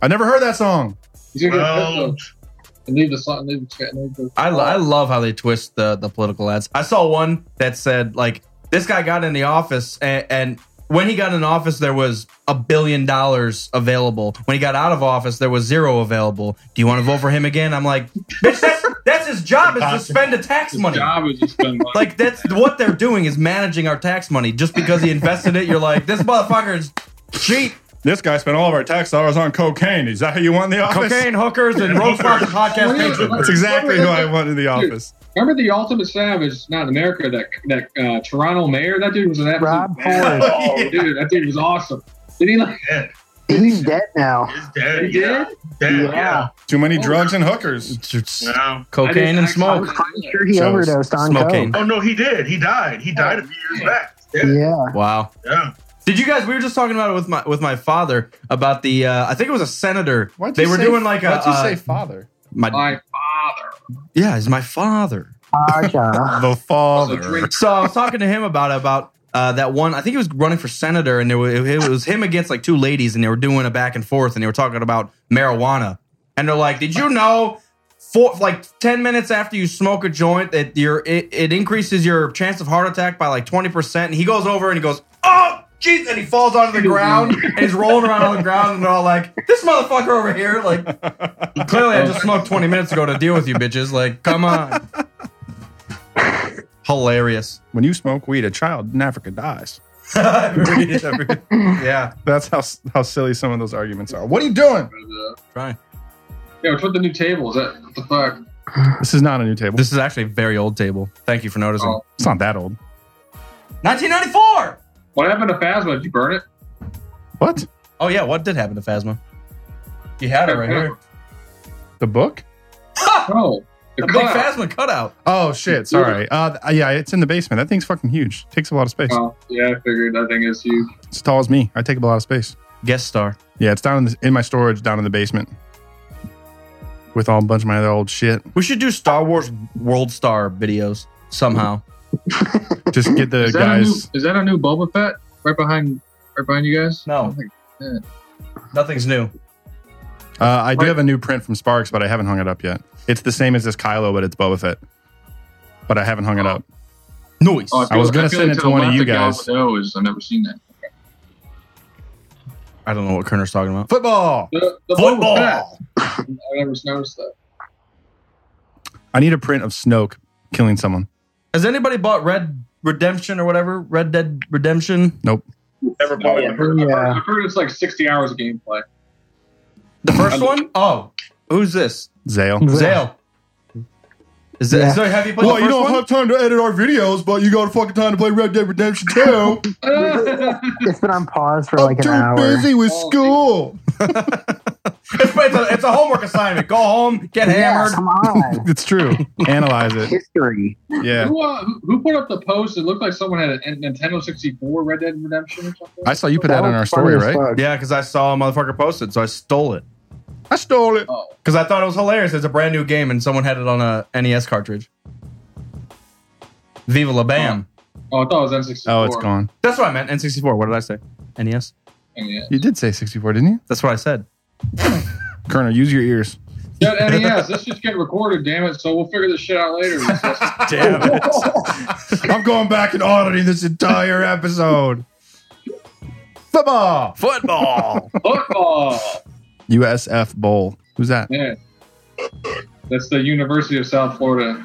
[SPEAKER 3] I never heard that song.
[SPEAKER 5] You're gonna get
[SPEAKER 8] Well-
[SPEAKER 5] pissed off. and leave the song. Leave the, leave the,
[SPEAKER 7] I, lo- I love how they twist the, the political ads. I saw one that said like this guy got in the office and, and when he got in office there was a billion dollars available. When he got out of office there was zero available. Do you want to vote for him again? I'm like, bitch, that's, that's his job is to spend the tax money.
[SPEAKER 5] job is to spend money.
[SPEAKER 7] Like that's what they're doing is managing our tax money. Just because he invested it, you're like this motherfucker is cheat.
[SPEAKER 3] This guy spent all of our tax dollars on cocaine. Is that who you want in the office?
[SPEAKER 7] Cocaine hookers and roast fucking podcast patrons.
[SPEAKER 3] That's exactly who I want in the office.
[SPEAKER 5] Remember the ultimate savage? Not in America. That that uh, Toronto mayor. That dude was an absolute.
[SPEAKER 6] Rob
[SPEAKER 5] man.
[SPEAKER 6] Ford.
[SPEAKER 5] Oh, dude, that dude was awesome. Did he like?
[SPEAKER 8] dead,
[SPEAKER 6] He's dead now.
[SPEAKER 8] dead,
[SPEAKER 5] He
[SPEAKER 8] yeah, dead, yeah.
[SPEAKER 3] Too many drugs and hookers.
[SPEAKER 8] yeah.
[SPEAKER 7] Cocaine and smoke.
[SPEAKER 6] I'm sure he
[SPEAKER 3] So,
[SPEAKER 6] overdosed on
[SPEAKER 7] smoking.
[SPEAKER 6] coke.
[SPEAKER 8] Oh no, he did. He died. He died a few years back. Yeah,
[SPEAKER 6] Yeah.
[SPEAKER 7] Wow.
[SPEAKER 8] yeah.
[SPEAKER 7] Did you guys? We were just talking about it with my with my father about the. Uh, I think it was a senator.
[SPEAKER 3] Why'd
[SPEAKER 7] They
[SPEAKER 3] you
[SPEAKER 7] were
[SPEAKER 3] say-
[SPEAKER 7] doing like a.
[SPEAKER 3] Why'd you say
[SPEAKER 7] uh,
[SPEAKER 3] father?
[SPEAKER 7] my,
[SPEAKER 5] My father.
[SPEAKER 7] yeah, he's my father.
[SPEAKER 6] Gotcha.
[SPEAKER 3] The
[SPEAKER 5] Also
[SPEAKER 3] father.
[SPEAKER 5] drink-
[SPEAKER 7] So I was talking to him about about uh, that one. I think he was running for senator, and there was, it was him against like two ladies, and they were doing a back and forth, and they were talking about marijuana. And they're like, "Did you know?" For like ten minutes after you smoke a joint, that your it, it increases your chance of heart attack by like twenty percent. And he goes over and he goes, "Oh, jeez!" And he falls onto the ground and he's rolling around on the ground. And they're all like, "This motherfucker over here!" Like, clearly, I just smoked twenty minutes ago to deal with you bitches. Like, come on, hilarious.
[SPEAKER 3] When you smoke weed, a child in Africa dies.
[SPEAKER 7] Yeah,
[SPEAKER 3] That's how how silly some of those arguments are. What are you doing?
[SPEAKER 7] try.
[SPEAKER 5] Yeah, what's with the new table? Is that what the fuck?
[SPEAKER 3] This is not a new table.
[SPEAKER 7] This is actually a very old table. Thank you for noticing.
[SPEAKER 5] Oh.
[SPEAKER 3] it's not that old.
[SPEAKER 7] 1994.
[SPEAKER 5] What happened to Phasma? Did you burn it?
[SPEAKER 3] What?
[SPEAKER 7] Oh yeah, what did happen to Phasma? You had it right here.
[SPEAKER 3] The book?
[SPEAKER 5] No. The
[SPEAKER 7] A big
[SPEAKER 5] cutout.
[SPEAKER 7] Phasma cutout.
[SPEAKER 3] Oh shit! Sorry. Uh, th- yeah, it's in the basement. That thing's fucking huge. Takes a lot of space.
[SPEAKER 5] Oh, yeah, I figured that thing is huge.
[SPEAKER 3] It's as tall as me. I take up a lot of space.
[SPEAKER 7] Guest star.
[SPEAKER 3] Yeah, it's down in, the, in my storage, down in the basement, with all a bunch of my other old shit.
[SPEAKER 7] We should do Star Wars World Star videos somehow.
[SPEAKER 3] Just get the
[SPEAKER 5] Is that, a new,
[SPEAKER 3] guys.
[SPEAKER 5] is that a new Boba Fett right behind right behind you guys?
[SPEAKER 7] No. Nothing's new.
[SPEAKER 3] Uh, I do have a new print from Sparks, but I haven't hung it up yet. It's the same as this Kylo, but it's Boba Fett. But I haven't hung it up.
[SPEAKER 7] Noise.
[SPEAKER 5] Oh,
[SPEAKER 3] I was gonna
[SPEAKER 5] feel
[SPEAKER 3] send
[SPEAKER 5] like
[SPEAKER 3] it to one of you
[SPEAKER 5] Telepathic
[SPEAKER 3] guys.
[SPEAKER 5] Galvado Is, I've never seen that.
[SPEAKER 7] I don't know what Kerner's talking about.
[SPEAKER 3] Football.
[SPEAKER 5] The, the Boba Fett. I never noticed that.
[SPEAKER 3] I need a print of Snoke killing someone.
[SPEAKER 7] Has anybody bought Red Redemption or whatever? Red Dead Redemption.
[SPEAKER 9] bought
[SPEAKER 5] Never
[SPEAKER 9] it.
[SPEAKER 5] I've heard, I've, heard,
[SPEAKER 6] Yeah.
[SPEAKER 5] I've heard it's like 60 hours of gameplay.
[SPEAKER 7] The first one. Oh, who's this?
[SPEAKER 3] Zale.
[SPEAKER 7] Zale. Is that?
[SPEAKER 6] Yeah.
[SPEAKER 7] Is there, have you played the first one?
[SPEAKER 3] time to edit our videos, but you got fucking time to play Red Dead Redemption 2.
[SPEAKER 6] It's been on pause for like an hour.
[SPEAKER 3] with
[SPEAKER 5] Oh,
[SPEAKER 3] school.
[SPEAKER 7] It's, it's, a, it's a homework assignment. Go home, get
[SPEAKER 6] Yeah,
[SPEAKER 7] hammered.
[SPEAKER 6] come on.
[SPEAKER 3] It's true. Analyze it.
[SPEAKER 6] History.
[SPEAKER 3] Yeah.
[SPEAKER 5] who, uh, who- who put up the post? It looked like someone had a N- Nintendo 64 Red Dead Redemption or something.
[SPEAKER 3] I saw you put that,
[SPEAKER 6] That
[SPEAKER 3] in
[SPEAKER 6] was
[SPEAKER 3] our
[SPEAKER 6] funny
[SPEAKER 3] story,
[SPEAKER 6] as
[SPEAKER 3] right?
[SPEAKER 6] fuck.
[SPEAKER 7] Yeah, because I saw a motherfucker posted, so I stole it
[SPEAKER 3] I stole it.
[SPEAKER 5] oh,
[SPEAKER 7] because I thought it was hilarious. It's a brand new game, and someone had it on a NES cartridge. Viva la bam!
[SPEAKER 5] oh, I thought it was N64.
[SPEAKER 3] Oh, it's gone.
[SPEAKER 7] That's what I meant. N64. What did I say? NES.
[SPEAKER 5] Yeah.
[SPEAKER 3] You did say 64, didn't you?
[SPEAKER 7] That's what I said.
[SPEAKER 3] Kerner, use your ears.
[SPEAKER 5] Yeah, NES. This just getting recorded, damn it. So we'll figure this shit out later.
[SPEAKER 3] Damn it. I'm going back and auditing this entire episode. Football.
[SPEAKER 7] Football.
[SPEAKER 5] Football.
[SPEAKER 3] USF Bowl. Who's that?
[SPEAKER 5] Yeah. That's the University of South Florida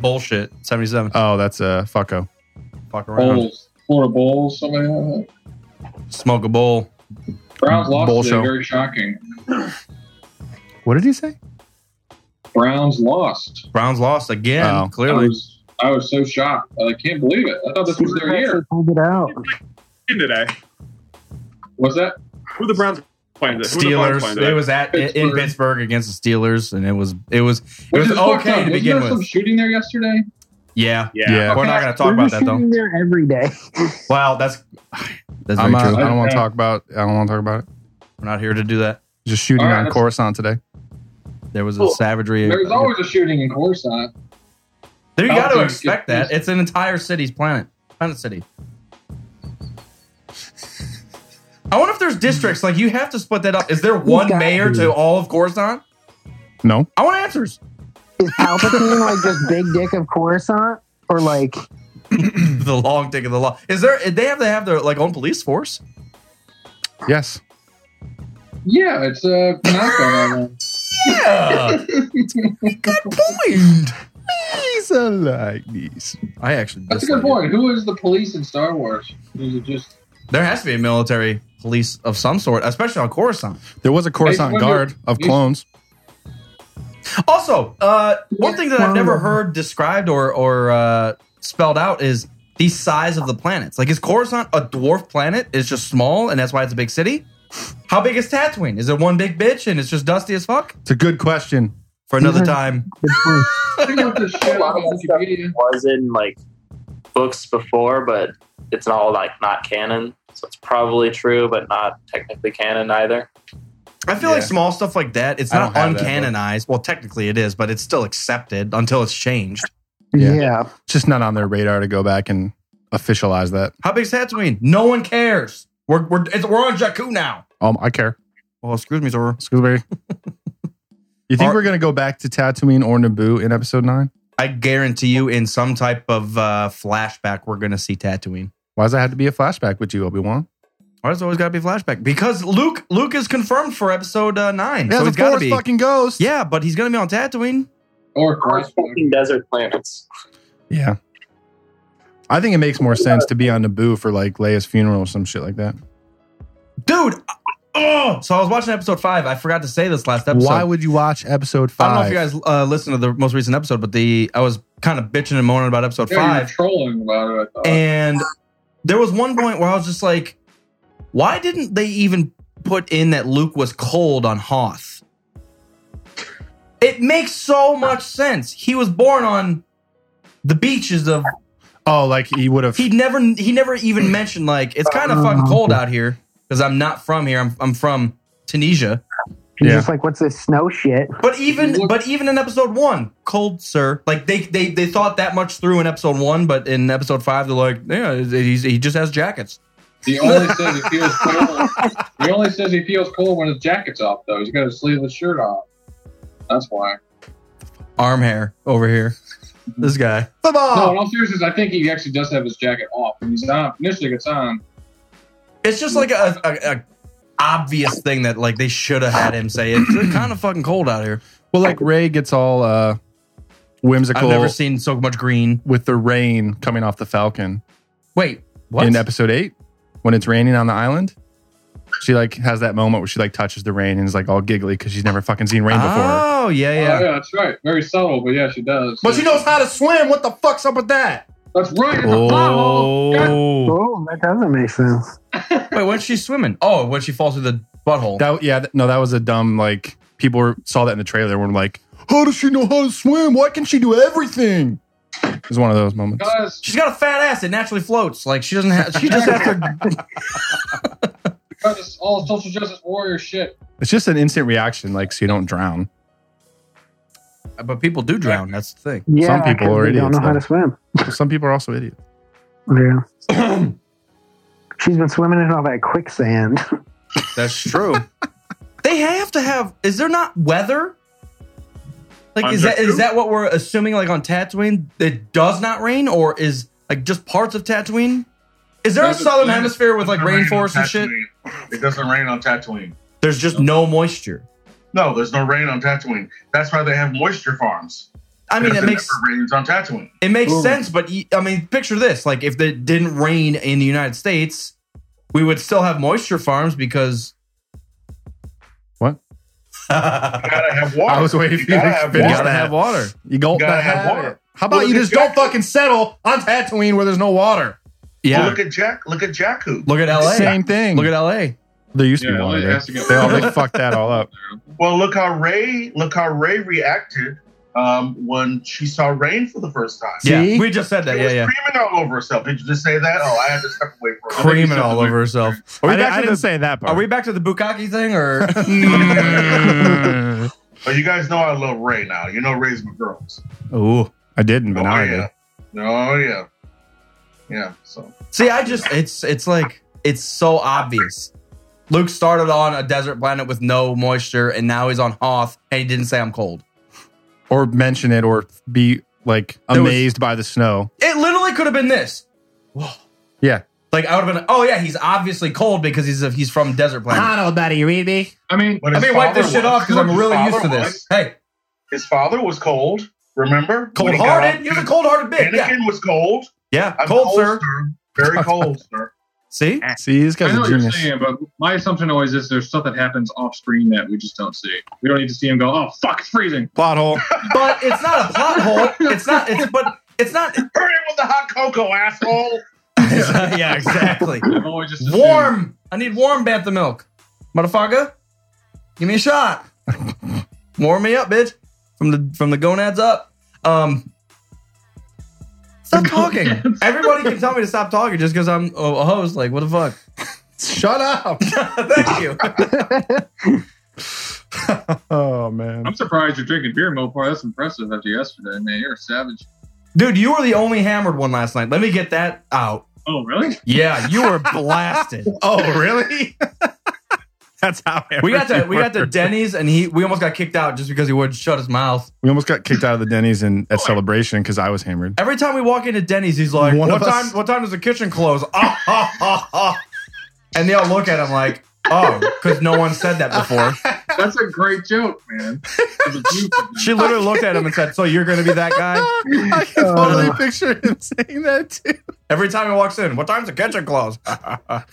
[SPEAKER 7] Bullshit. Seventy-seven.
[SPEAKER 3] Oh, that's uh, Fucko.
[SPEAKER 7] Fuck around.
[SPEAKER 5] Bowls. Florida Bowls, something like that.
[SPEAKER 7] Smoke a bowl.
[SPEAKER 5] Browns lost
[SPEAKER 3] Bowl
[SPEAKER 5] today.
[SPEAKER 3] show.
[SPEAKER 5] Very shocking.
[SPEAKER 3] What did he say?
[SPEAKER 5] Browns lost.
[SPEAKER 7] Browns lost again.
[SPEAKER 3] Oh.
[SPEAKER 7] Clearly.
[SPEAKER 5] That was I was so shocked. I like, can't believe it. I thought this was their year.
[SPEAKER 6] Pulled it out.
[SPEAKER 9] today.
[SPEAKER 5] What's that?
[SPEAKER 9] Who the Browns playing? today? Who the Browns
[SPEAKER 7] Steelers.
[SPEAKER 9] playing
[SPEAKER 7] It was at in
[SPEAKER 5] Pittsburgh.
[SPEAKER 7] Pittsburgh against the Steelers, and it was it was it
[SPEAKER 5] Which
[SPEAKER 7] was
[SPEAKER 5] is fucked up.
[SPEAKER 7] okay to
[SPEAKER 5] Wasn't
[SPEAKER 7] begin
[SPEAKER 5] there some
[SPEAKER 7] with.
[SPEAKER 5] shooting there yesterday?
[SPEAKER 7] Yeah,
[SPEAKER 9] Yeah.
[SPEAKER 7] We're not going to talk
[SPEAKER 6] We're
[SPEAKER 7] about that though.
[SPEAKER 6] shooting there every day.
[SPEAKER 7] Wow, that's that's
[SPEAKER 3] I'm
[SPEAKER 7] very
[SPEAKER 3] not,
[SPEAKER 7] true.
[SPEAKER 3] I don't want to talk about. I don't want to talk about it.
[SPEAKER 7] We're not here to do that.
[SPEAKER 3] Just shooting
[SPEAKER 5] All right,
[SPEAKER 3] on
[SPEAKER 5] that's-
[SPEAKER 3] Coruscant today.
[SPEAKER 7] There was a
[SPEAKER 5] Well,
[SPEAKER 7] savagery.
[SPEAKER 5] There's always a shooting in Coruscant.
[SPEAKER 7] There you
[SPEAKER 5] How
[SPEAKER 7] got to
[SPEAKER 5] do you
[SPEAKER 7] expect
[SPEAKER 5] get
[SPEAKER 7] that. It's an entire city's planet. Planet city. I wonder if there's districts like you have to split that up. Is there one
[SPEAKER 6] got
[SPEAKER 7] mayor
[SPEAKER 6] to.
[SPEAKER 7] to all of Coruscant?
[SPEAKER 3] No.
[SPEAKER 7] I want answers.
[SPEAKER 6] Is Palpatine like just big dick of Coruscant, or like
[SPEAKER 7] the long dick of the law. Is there? They have to have their like own police force.
[SPEAKER 3] Yes.
[SPEAKER 5] Yeah, it's a knockout.
[SPEAKER 7] Yeah.
[SPEAKER 3] Point. He's a like these.
[SPEAKER 7] I actually.
[SPEAKER 5] That's a
[SPEAKER 7] dislike
[SPEAKER 5] good
[SPEAKER 7] it.
[SPEAKER 5] point. Who is the police in Star Wars? Is it just
[SPEAKER 7] There has to be a military police of some sort, especially on Coruscant.
[SPEAKER 3] There was a Coruscant
[SPEAKER 5] wonder-
[SPEAKER 3] guard of
[SPEAKER 5] you-
[SPEAKER 3] clones.
[SPEAKER 7] Also, uh, one thing that I've never
[SPEAKER 6] Wow.
[SPEAKER 7] heard described or or uh, spelled out is the size of the planets. Like, is Coruscant a dwarf planet? It's just small, and that's why it's a big city. How big is Tatooine? Is it one big bitch and it's just dusty as fuck?
[SPEAKER 3] It's a good question.
[SPEAKER 7] For another
[SPEAKER 6] Yeah.
[SPEAKER 7] time,
[SPEAKER 5] I looked this shit up on Wikipedia.
[SPEAKER 4] was in like books before, but it's all like not canon. So it's probably true, but not technically canon either.
[SPEAKER 7] I feel like
[SPEAKER 3] Yeah.
[SPEAKER 7] small stuff like that. It's
[SPEAKER 3] I
[SPEAKER 7] not
[SPEAKER 3] don't have that,
[SPEAKER 7] uncanonized. well, technically it is, but it's still accepted until it's changed.
[SPEAKER 3] Yeah.
[SPEAKER 6] yeah.
[SPEAKER 3] It's just not on their radar to go back and officialize that.
[SPEAKER 7] How big is Tatooine? No one cares. We're we're it's, we're on Jakku now.
[SPEAKER 3] Um, I care.
[SPEAKER 7] Well, excuse me, sir.
[SPEAKER 3] Excuse me. you think
[SPEAKER 7] Are-
[SPEAKER 3] we're gonna go back to Tatooine or Naboo in episode nine?
[SPEAKER 7] I guarantee you, in some type of uh, flashback, we're gonna see Tatooine.
[SPEAKER 3] Why does that have to be a flashback with you, Obi Wan?
[SPEAKER 7] Why does it always got to be flashback? Because Luke Luke is confirmed for episode uh, nine,
[SPEAKER 3] Yeah,
[SPEAKER 7] so
[SPEAKER 3] the
[SPEAKER 7] he's got to
[SPEAKER 3] Force
[SPEAKER 7] be.
[SPEAKER 3] fucking ghost.
[SPEAKER 7] yeah, but he's gonna be on Tatooine.
[SPEAKER 5] Or
[SPEAKER 4] Or it's
[SPEAKER 5] Coruscant.
[SPEAKER 4] fucking desert planets.
[SPEAKER 3] Yeah. I think it makes more sense to be on Naboo for like Leia's funeral or some shit like that.
[SPEAKER 7] Dude, oh! So I was watching episode five. I forgot to say this last episode.
[SPEAKER 3] Why would you watch episode
[SPEAKER 7] I
[SPEAKER 3] five?
[SPEAKER 7] don't know if you guys uh, listened to the most recent episode, but the I was kind of bitching and moaning about episode
[SPEAKER 5] Yeah, you were
[SPEAKER 7] five,
[SPEAKER 5] trolling about it. I thought.
[SPEAKER 7] and there was one point where I was just like, "Why didn't they even put in that Luke was cold on Hoth?" It makes so much sense. He was born on the beaches of.
[SPEAKER 3] oh, like he would have.
[SPEAKER 7] He never. He never even mentioned like it's
[SPEAKER 3] Uh-huh.
[SPEAKER 7] kind of fucking cold out here because I'm not from here. I'm I'm from Tunisia.
[SPEAKER 6] He's
[SPEAKER 3] Yeah.
[SPEAKER 6] just like, what's this snow shit?
[SPEAKER 7] But even but even in episode one, cold sir, like they they they thought that much through in episode one, but in episode five they're like, yeah, he's, he just has jackets.
[SPEAKER 5] He only says he feels cold. he only says he feels cold when his jacket's off, though. He's got his sleeveless shirt on. That's why.
[SPEAKER 7] Arm hair over here. This guy. Oh.
[SPEAKER 5] No, in all seriousness, I think he actually does have his jacket off. When he's on, initially gets on.
[SPEAKER 7] It's just like a, a, a obvious thing that like they should have had him say. It's kind of fucking cold out here.
[SPEAKER 3] Well, like Ray gets all uh,
[SPEAKER 7] I've
[SPEAKER 3] whimsical
[SPEAKER 7] never seen so much green.
[SPEAKER 3] with the rain coming off the Falcon
[SPEAKER 7] Wait, what?
[SPEAKER 3] in episode eight when it's raining on the island. She like has that moment where she like touches the rain and is like all giggly because she's never fucking seen rain before.
[SPEAKER 7] oh yeah,
[SPEAKER 5] Yeah.
[SPEAKER 7] yeah.
[SPEAKER 5] yeah, that's right. Very subtle, but yeah, she does.
[SPEAKER 7] knows how to swim. What the fuck's up with that?
[SPEAKER 5] That's right. It's a pothole. God
[SPEAKER 7] Oh.
[SPEAKER 6] Oh, that doesn't make sense.
[SPEAKER 7] Wait, when's she swimming? Oh, when she falls through the butthole.
[SPEAKER 3] That yeah, th- no, that was a dumb like people were, saw that in the trailer. Were like, how does she know how to swim? Why can she do everything? It was one of those moments.
[SPEAKER 5] Guys,
[SPEAKER 7] She's got a fat ass. It naturally floats. Like she doesn't have. She just has to.
[SPEAKER 5] guys, it's all social justice warrior shit.
[SPEAKER 3] It's just an instant reaction, like so you don't drown.
[SPEAKER 7] But people do drown. That's the thing.
[SPEAKER 6] Yeah,
[SPEAKER 3] Some people
[SPEAKER 6] 'cause
[SPEAKER 3] are
[SPEAKER 6] they Don't
[SPEAKER 3] idiots,
[SPEAKER 6] know how
[SPEAKER 3] though.
[SPEAKER 6] to swim.
[SPEAKER 3] Some people are also idiots.
[SPEAKER 6] Yeah. She's been swimming in all that quicksand.
[SPEAKER 7] That's true. they have to have. Is there not weather? Like is that is that what we're assuming? Like on Tatooine, it does not rain, or is like just parts of Tatooine? Is there a
[SPEAKER 5] That's a
[SPEAKER 7] southern
[SPEAKER 5] planet.
[SPEAKER 7] hemisphere with like
[SPEAKER 8] It doesn't rain
[SPEAKER 7] rainforests
[SPEAKER 8] on
[SPEAKER 7] and shit?
[SPEAKER 8] Tatooine. It doesn't rain on Tatooine.
[SPEAKER 7] There's just no moisture.
[SPEAKER 8] No, there's no rain on Tatooine. That's why they have moisture farms.
[SPEAKER 7] I mean,
[SPEAKER 8] Because
[SPEAKER 7] it makes
[SPEAKER 8] never rains on Tatooine.
[SPEAKER 7] it makes
[SPEAKER 5] Boom.
[SPEAKER 7] sense, but you- I mean, picture this: like if it didn't rain in the United States, we would still have moisture farms because
[SPEAKER 3] What?
[SPEAKER 8] You gotta have water.
[SPEAKER 3] I was waiting for you
[SPEAKER 8] gotta
[SPEAKER 3] to
[SPEAKER 8] have
[SPEAKER 3] finish
[SPEAKER 8] water.
[SPEAKER 3] that.
[SPEAKER 7] water.
[SPEAKER 3] You, gulp
[SPEAKER 8] You gotta
[SPEAKER 3] that
[SPEAKER 8] have
[SPEAKER 3] habit.
[SPEAKER 8] water.
[SPEAKER 3] How about
[SPEAKER 8] Well,
[SPEAKER 3] you
[SPEAKER 8] if
[SPEAKER 3] just
[SPEAKER 8] you-
[SPEAKER 3] don't fucking settle on Tatooine where there's no water?
[SPEAKER 8] Well, look at Jack. Look at Jakku.
[SPEAKER 7] Look at LA.
[SPEAKER 3] Same thing.
[SPEAKER 7] Look at LA.
[SPEAKER 3] There used to
[SPEAKER 8] Yeah,
[SPEAKER 3] be water.
[SPEAKER 8] it
[SPEAKER 3] There.
[SPEAKER 8] has to get-
[SPEAKER 3] They, all, they fucked that all up.
[SPEAKER 8] Well, look how Ray. Look how Ray reacted um, when she saw rain for the first time.
[SPEAKER 7] Yeah, we just said that. Yeah, yeah.
[SPEAKER 8] Creaming all over herself. Did you just say that? Oh, I had to step away from her.
[SPEAKER 7] Creaming all over herself.
[SPEAKER 3] Are we
[SPEAKER 7] I
[SPEAKER 3] back to the-
[SPEAKER 7] didn't
[SPEAKER 3] say that part.
[SPEAKER 7] Are we back to the bukkake thing or?
[SPEAKER 8] But you guys know I love Ray now. You know Ray's my girls.
[SPEAKER 3] Ooh, I didn't, but now I
[SPEAKER 8] Oh, yeah.
[SPEAKER 3] do.
[SPEAKER 8] Oh yeah, yeah. So
[SPEAKER 7] See, I just it's it's like it's so obvious. Luke started on a desert planet with no moisture, and now he's on Hoth, and he didn't say I'm cold.
[SPEAKER 3] Or mention it or be like
[SPEAKER 7] There was-
[SPEAKER 3] amazed by the snow.
[SPEAKER 7] It literally could have been this.
[SPEAKER 3] Yeah.
[SPEAKER 7] Like I would have been, oh yeah, he's obviously cold because he's he's from desert planet.
[SPEAKER 3] know, buddy. You read me?
[SPEAKER 5] I mean,
[SPEAKER 8] Ah, But
[SPEAKER 7] Let
[SPEAKER 8] his
[SPEAKER 7] me wipe this
[SPEAKER 8] father
[SPEAKER 7] shit off
[SPEAKER 8] was.
[SPEAKER 7] because I'm
[SPEAKER 8] His
[SPEAKER 7] really
[SPEAKER 8] father
[SPEAKER 7] used to this.
[SPEAKER 8] was.
[SPEAKER 7] Hey,
[SPEAKER 8] His father was cold. Remember? When
[SPEAKER 7] cold
[SPEAKER 8] he
[SPEAKER 7] hearted.
[SPEAKER 8] got
[SPEAKER 7] You're
[SPEAKER 8] off-
[SPEAKER 7] a cold hearted bitch. Yeah,
[SPEAKER 8] Anakin was cold.
[SPEAKER 7] yeah,
[SPEAKER 8] I'm
[SPEAKER 7] cold, sir.
[SPEAKER 8] Very cold, sir.
[SPEAKER 7] See,
[SPEAKER 8] Ah.
[SPEAKER 3] See, this
[SPEAKER 5] I
[SPEAKER 3] guy's
[SPEAKER 5] know
[SPEAKER 3] a
[SPEAKER 5] what you're
[SPEAKER 3] genius.
[SPEAKER 5] saying, but my assumption always is there's stuff that happens off screen that we just don't see. We don't need to see him go, oh, fuck, it's freezing.
[SPEAKER 3] Plot hole.
[SPEAKER 7] but it's not a plot hole. It's not. It's but it's not.
[SPEAKER 8] Hurry up with the hot cocoa, asshole.
[SPEAKER 7] yeah, exactly.
[SPEAKER 5] I've always just assumed-
[SPEAKER 7] Warm. I need warm bantha milk. Motherfucker, give me a shot. Warm me up, bitch. From the from the gonads up. Um Stop talking. Everybody can tell me to stop talking just because I'm a a host. Like, what the fuck?
[SPEAKER 3] Shut up.
[SPEAKER 7] Thank you.
[SPEAKER 3] oh, man.
[SPEAKER 5] I'm surprised you're drinking beer, Mopar. That's impressive after yesterday, man. You're a savage.
[SPEAKER 7] Dude, you were the only hammered one last night. Let me get that out.
[SPEAKER 5] Oh, really?
[SPEAKER 7] Yeah, you were blasted.
[SPEAKER 3] Oh, really? That's how
[SPEAKER 7] We got
[SPEAKER 3] everything
[SPEAKER 7] to we got to
[SPEAKER 3] works.
[SPEAKER 7] Denny's and he we almost got kicked out just because he wouldn't shut his mouth.
[SPEAKER 3] We almost got kicked out of the Denny's and at celebration because I was hammered.
[SPEAKER 7] Every time we walk into Denny's, he's like,
[SPEAKER 3] One
[SPEAKER 7] "What
[SPEAKER 3] of us-
[SPEAKER 7] time? What time does the kitchen close?" Ah, ah, ah, ah. And they all look at him like, "Oh, because no one said that before."
[SPEAKER 5] That's a great joke, man. It's a beautiful joke.
[SPEAKER 7] She literally looked at him and said, "So you're going to be that guy?"
[SPEAKER 3] I can totally picture him saying that too.
[SPEAKER 7] Every time he walks in, "What time's the kitchen close?"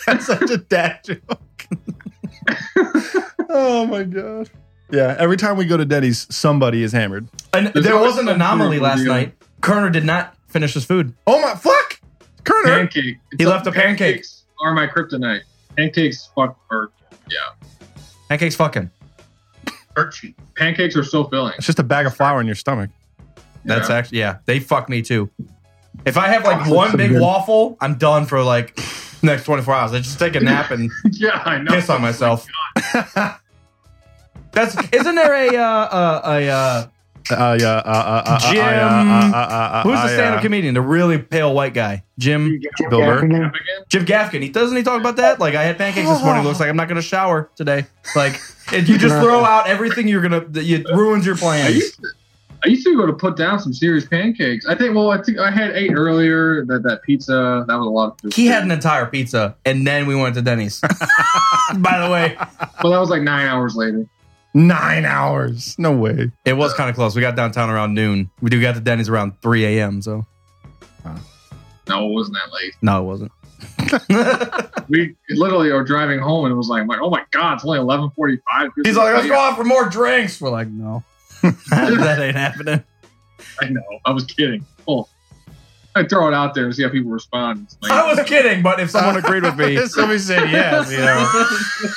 [SPEAKER 3] That's such a dad joke. oh my god. Yeah, every time we go to Denny's, somebody is hammered.
[SPEAKER 7] and
[SPEAKER 5] There's
[SPEAKER 7] there
[SPEAKER 5] always
[SPEAKER 7] was an
[SPEAKER 5] some
[SPEAKER 7] anomaly
[SPEAKER 5] weird
[SPEAKER 7] last
[SPEAKER 5] deal.
[SPEAKER 7] night. Kerner did not finish his food.
[SPEAKER 3] Oh my fuck! Kerner.
[SPEAKER 5] Pancake.
[SPEAKER 7] He left a pancake.
[SPEAKER 5] Pancakes are my kryptonite. Pancakes fuck or
[SPEAKER 7] Pancake's fucking.
[SPEAKER 8] Archie.
[SPEAKER 5] pancakes are so filling.
[SPEAKER 3] It's just a bag of flour in your stomach.
[SPEAKER 7] That's
[SPEAKER 5] Yeah.
[SPEAKER 7] actually yeah. They fuck me too. If I have like
[SPEAKER 3] Oh,
[SPEAKER 7] one
[SPEAKER 3] so
[SPEAKER 7] big
[SPEAKER 3] good.
[SPEAKER 7] waffle, I'm done for like next 24 hours. I just take a nap and
[SPEAKER 5] yeah, I know.
[SPEAKER 7] piss on myself. That's isn't there a uh, uh, a uh,
[SPEAKER 3] Uh, yeah, uh, uh, uh, uh,
[SPEAKER 7] Jim-
[SPEAKER 3] uh, uh, uh, uh,
[SPEAKER 7] who's
[SPEAKER 3] uh,
[SPEAKER 7] the stand-up
[SPEAKER 3] uh,
[SPEAKER 7] comedian, the really pale white guy, Jim
[SPEAKER 3] Bill Burr.
[SPEAKER 5] Up
[SPEAKER 6] Gaffigan?
[SPEAKER 5] again?
[SPEAKER 7] Jim Gaffigan. He doesn't he talk about that? Like I had pancakes this morning. Looks like I'm not gonna shower today. Like if you just throw out everything you're gonna, that you- it ruins your
[SPEAKER 5] I
[SPEAKER 7] plans.
[SPEAKER 5] used to, I used to go to put down some serious pancakes. I think. Well, I think I had eight earlier. That that pizza. That was a lot of food.
[SPEAKER 7] He had an entire pizza, and then we went to Denny's. By the way,
[SPEAKER 5] But that was like nine hours later.
[SPEAKER 3] Nine hours. No way.
[SPEAKER 7] it was kind of close. We got downtown around noon. We do got to Denny's around 3 a.m. So
[SPEAKER 5] No, it wasn't that late.
[SPEAKER 7] no, it wasn't.
[SPEAKER 5] We literally are driving home, and it was like, like, oh my god, it's only eleven forty-five.
[SPEAKER 7] He's like, let's go out for more drinks. We're like, no, that ain't happening.
[SPEAKER 5] I know. I was kidding. Oh, I throw it out there and see how people respond. It's like,
[SPEAKER 7] I was kidding, but if someone agreed with me,
[SPEAKER 3] Somebody said yes. You know.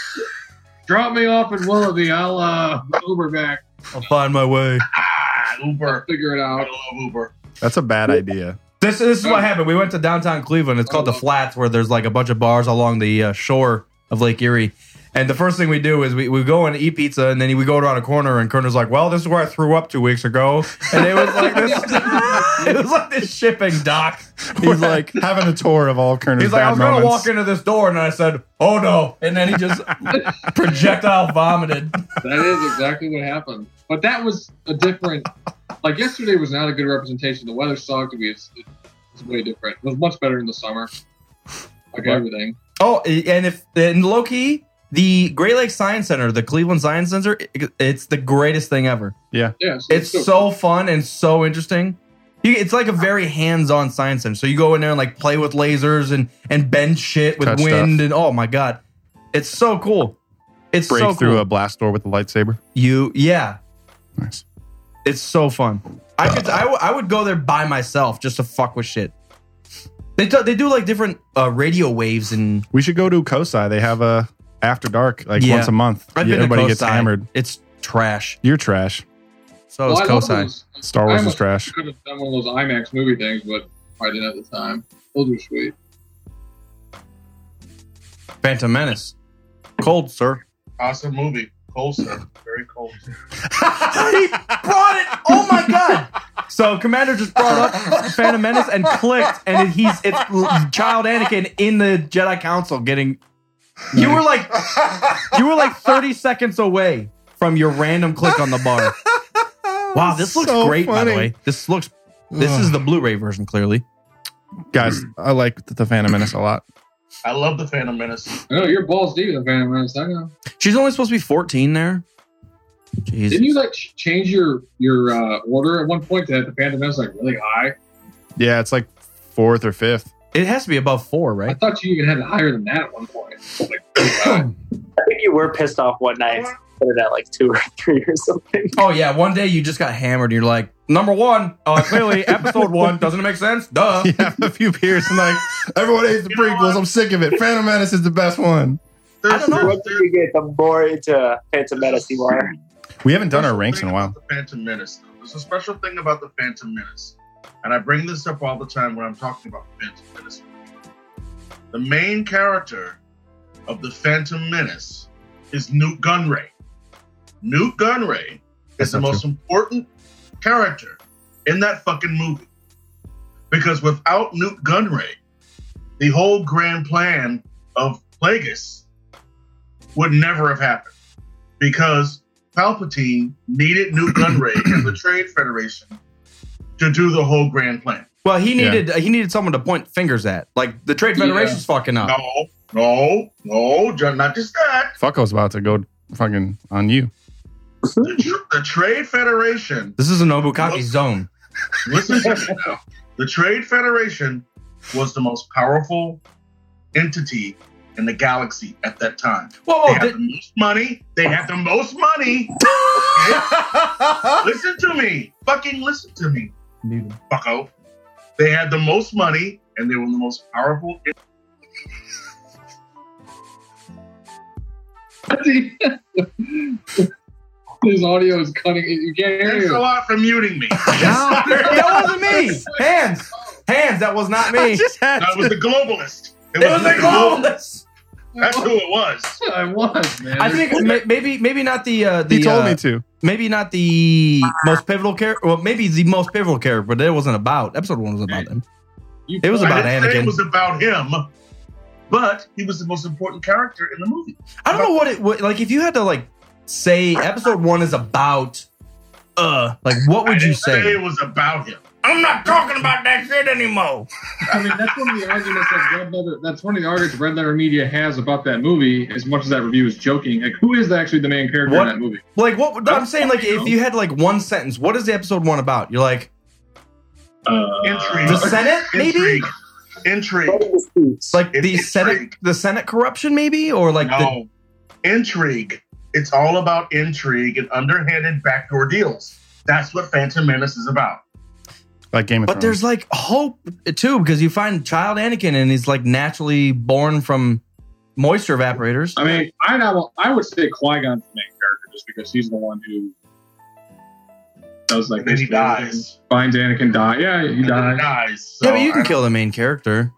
[SPEAKER 5] drop me off in Willoughby. I'll uh, Uber back.
[SPEAKER 7] I'll find my way.
[SPEAKER 8] Ah, Uber.
[SPEAKER 5] Figure it
[SPEAKER 8] I
[SPEAKER 5] out.
[SPEAKER 8] love Uber.
[SPEAKER 3] That's a bad idea.
[SPEAKER 7] This, this is what happened. We went to downtown Cleveland. It's called the Flats, where there's like a bunch of bars along the uh, shore of Lake Erie. And the first thing we do is we, we go and eat pizza, and then we go around a corner, and Kerner's like, "Well, this is where I threw up two weeks ago," and it was like this. it was like this shipping dock.
[SPEAKER 3] He's like having a tour of all Kerner's
[SPEAKER 7] He's like,
[SPEAKER 3] bad
[SPEAKER 7] "I was
[SPEAKER 3] moments.
[SPEAKER 7] gonna walk into this door," and I said, "Oh no!" And then he just projectile vomited.
[SPEAKER 5] That is exactly what happened. But that was a different. Like yesterday was not a good representation. The weather sucked. It was, it was way different. It was much better in the summer. Like everything.
[SPEAKER 7] Oh, and if and low key, the Great Lakes Science Center, the Cleveland Science Center, it- it's the greatest thing ever.
[SPEAKER 5] Yeah. So
[SPEAKER 7] It's so fun and so interesting. You, it's like a very hands-on science center. So you go in there and like play with lasers and and bend shit with
[SPEAKER 3] Touch
[SPEAKER 7] wind and oh my god, it's so cool. It's
[SPEAKER 3] break
[SPEAKER 7] so
[SPEAKER 3] through
[SPEAKER 7] cool.
[SPEAKER 3] a blast door with a lightsaber.
[SPEAKER 7] you yeah.
[SPEAKER 3] Nice.
[SPEAKER 7] It's so fun. I could I, w- I would go there by myself just to fuck with shit. They t- they do like different uh, radio waves and
[SPEAKER 3] We should go to Kosai. They have a after dark like
[SPEAKER 7] Yeah.
[SPEAKER 3] once a month.
[SPEAKER 7] I've been to
[SPEAKER 3] Everybody gets
[SPEAKER 7] Kosai.
[SPEAKER 3] hammered.
[SPEAKER 7] It's trash.
[SPEAKER 3] You're trash.
[SPEAKER 7] So
[SPEAKER 5] Well,
[SPEAKER 7] it's
[SPEAKER 5] I love
[SPEAKER 7] Kosai.
[SPEAKER 5] those.
[SPEAKER 3] Star Wars
[SPEAKER 5] I
[SPEAKER 3] is
[SPEAKER 5] almost
[SPEAKER 3] trash.
[SPEAKER 5] Could have done one of those IMAX movie things, but probably didn't at the time. Those were sweet.
[SPEAKER 7] Phantom Menace. Cold, sir.
[SPEAKER 8] Awesome movie. Cold, sir. Very cold.
[SPEAKER 7] he brought it. Oh my god. So Commander just brought up Phantom Menace and clicked, and it- he's it's l- child Anakin in the Jedi Council getting. You were like, you were like thirty seconds away from your random click on the bar. Wow, this looks
[SPEAKER 3] So
[SPEAKER 7] great. By the
[SPEAKER 3] funny.
[SPEAKER 7] way, this looks. This is the Blu-ray version, clearly.
[SPEAKER 3] Guys, I like the Phantom Menace a lot.
[SPEAKER 8] I love the Phantom Menace.
[SPEAKER 5] I know you're balls deep in the Phantom Menace. I know.
[SPEAKER 7] She's only supposed to be fourteen there. Jesus.
[SPEAKER 5] Didn't you like ch- change your your uh, order at one point to have the Phantom Menace like really high?
[SPEAKER 3] Yeah, it's like fourth or fifth.
[SPEAKER 7] It has to be above four,
[SPEAKER 5] I
[SPEAKER 7] right?
[SPEAKER 5] thought you even had it higher than that at one point. Like,
[SPEAKER 4] I think you were pissed off one night. Put it at like two or three or something.
[SPEAKER 7] Oh yeah, one day you just got hammered. and You're like, number one, uh, clearly episode one doesn't it make sense. Duh.
[SPEAKER 3] You have a few beers and like everyone hates the prequels. I'm sick of it. Phantom Menace is the best one.
[SPEAKER 8] There's,
[SPEAKER 4] The more you get, the more into Phantom Menace you are.
[SPEAKER 3] We haven't done our ranks in a while.
[SPEAKER 8] the Phantom Menace. Though. There's a special thing about the Phantom Menace, and I bring this up all the time when I'm talking about the Phantom Menace. The main character of the Phantom Menace is Newt Gunray. Newt Gunray
[SPEAKER 3] That's
[SPEAKER 8] is the
[SPEAKER 3] not
[SPEAKER 8] most important character in that fucking movie because without Newt Gunray, the whole grand plan of Plagueis would never have happened because Palpatine needed Newt Gunray and the Trade Federation to do the whole grand plan.
[SPEAKER 7] Well, he
[SPEAKER 3] Yeah.
[SPEAKER 7] needed uh, he needed someone to point fingers at. Like the Trade
[SPEAKER 5] Yeah.
[SPEAKER 7] Federation's fucking
[SPEAKER 3] Uh.
[SPEAKER 7] up.
[SPEAKER 8] No, no, no, ju- not just that.
[SPEAKER 3] Fucko's about to go fucking on you.
[SPEAKER 8] The, tr- the Trade Federation,
[SPEAKER 7] This is a Nobukaki
[SPEAKER 8] Nope.
[SPEAKER 7] zone.
[SPEAKER 8] listen to me now. The Trade Federation was the most powerful entity in the galaxy at that time.
[SPEAKER 7] Whoa,
[SPEAKER 8] They
[SPEAKER 7] whoa,
[SPEAKER 8] had
[SPEAKER 7] Oh, did,
[SPEAKER 8] the most money. They had the most money. Okay? listen to me. Fucking listen to me. Bucko. They had the most money and they were the most powerful.
[SPEAKER 5] His audio is cutting. You can't hear
[SPEAKER 8] Thanks a
[SPEAKER 5] you.
[SPEAKER 8] lot for muting me.
[SPEAKER 7] that wasn't me. Hands, hands. That was not me.
[SPEAKER 3] had
[SPEAKER 8] That was the globalist.
[SPEAKER 7] it was a globalist.
[SPEAKER 8] That's who it was.
[SPEAKER 5] I was man.
[SPEAKER 7] I think ma- maybe maybe not the uh, the
[SPEAKER 3] He told
[SPEAKER 7] uh,
[SPEAKER 3] me to.
[SPEAKER 7] maybe not the most pivotal character. Well, maybe the most pivotal character, but it wasn't about episode one. Was about them.
[SPEAKER 5] You-
[SPEAKER 7] It was
[SPEAKER 8] I
[SPEAKER 7] about
[SPEAKER 8] didn't say
[SPEAKER 7] Anakin.
[SPEAKER 8] it was about him, but he was the most important character in the movie.
[SPEAKER 7] I don't know what it would like if you had to like say episode one is about. Uh, like what
[SPEAKER 8] I
[SPEAKER 7] would you
[SPEAKER 8] didn't
[SPEAKER 7] say?
[SPEAKER 8] it was about him?
[SPEAKER 7] I'm not talking about that shit anymore.
[SPEAKER 5] I mean, that's one of the arguments that Red Letter. That's one of the arguments Red Letter Media has about that movie. As much as that review is joking, like who is actually the main character
[SPEAKER 7] What-
[SPEAKER 5] in that movie?
[SPEAKER 7] Like what no, I'm saying, like if you had like one sentence, what is the episode one about? You're like
[SPEAKER 8] Intrigue.
[SPEAKER 7] the Senate, maybe?
[SPEAKER 8] Intrigue. Intrigue.
[SPEAKER 7] It's like the
[SPEAKER 8] It's
[SPEAKER 7] Senate
[SPEAKER 8] intrigue.
[SPEAKER 7] the Senate corruption, maybe? Or like the,
[SPEAKER 8] No. Oh. Intrigue. It's all about intrigue and underhanded backdoor deals. That's what Phantom Menace is about.
[SPEAKER 3] Like Game of
[SPEAKER 7] But
[SPEAKER 3] Thrones.
[SPEAKER 7] there's like hope too, because you find child Anakin and he's like naturally born from moisture evaporators.
[SPEAKER 5] I mean, I know I would say Qui Gon's the main character just because he's the one who does like
[SPEAKER 8] And then he
[SPEAKER 5] his thing,
[SPEAKER 8] dies.
[SPEAKER 5] finds Anakin die. Yeah, he
[SPEAKER 8] And then he
[SPEAKER 5] dies.
[SPEAKER 8] dies.
[SPEAKER 7] yeah, but
[SPEAKER 8] So
[SPEAKER 7] you can
[SPEAKER 8] I-
[SPEAKER 7] kill the main character.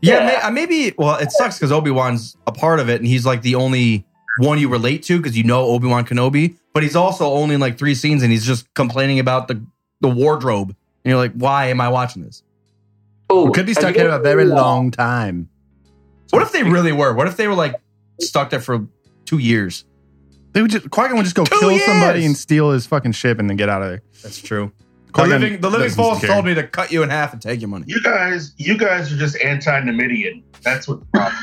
[SPEAKER 7] Yeah, may-
[SPEAKER 4] Yeah.
[SPEAKER 7] uh, maybe. Well, it sucks because Obi Wan's a part of it, and he's like the only one you relate to because you know Obi Wan Kenobi. But he's also only in like three scenes, and he's just complaining about the the wardrobe. And you're like, why am I watching this?
[SPEAKER 4] Oh,
[SPEAKER 3] we could be
[SPEAKER 4] have
[SPEAKER 3] stuck
[SPEAKER 4] you
[SPEAKER 3] here
[SPEAKER 4] guys
[SPEAKER 3] a very
[SPEAKER 4] seen, uh,
[SPEAKER 3] long time.
[SPEAKER 7] What if they really were? What if they were like stuck there for two years?
[SPEAKER 3] They would just Qui Gon would just go
[SPEAKER 7] Two
[SPEAKER 3] kill somebody
[SPEAKER 7] years!
[SPEAKER 3] and steal his fucking ship and then get out of there.
[SPEAKER 7] That's true. The
[SPEAKER 3] Qui-Gon
[SPEAKER 7] living, the living
[SPEAKER 3] doesn't
[SPEAKER 7] falls
[SPEAKER 3] care.
[SPEAKER 7] told me to cut you in half and take your money.
[SPEAKER 8] You guys, you guys are just anti-Numidian. That's what the problem.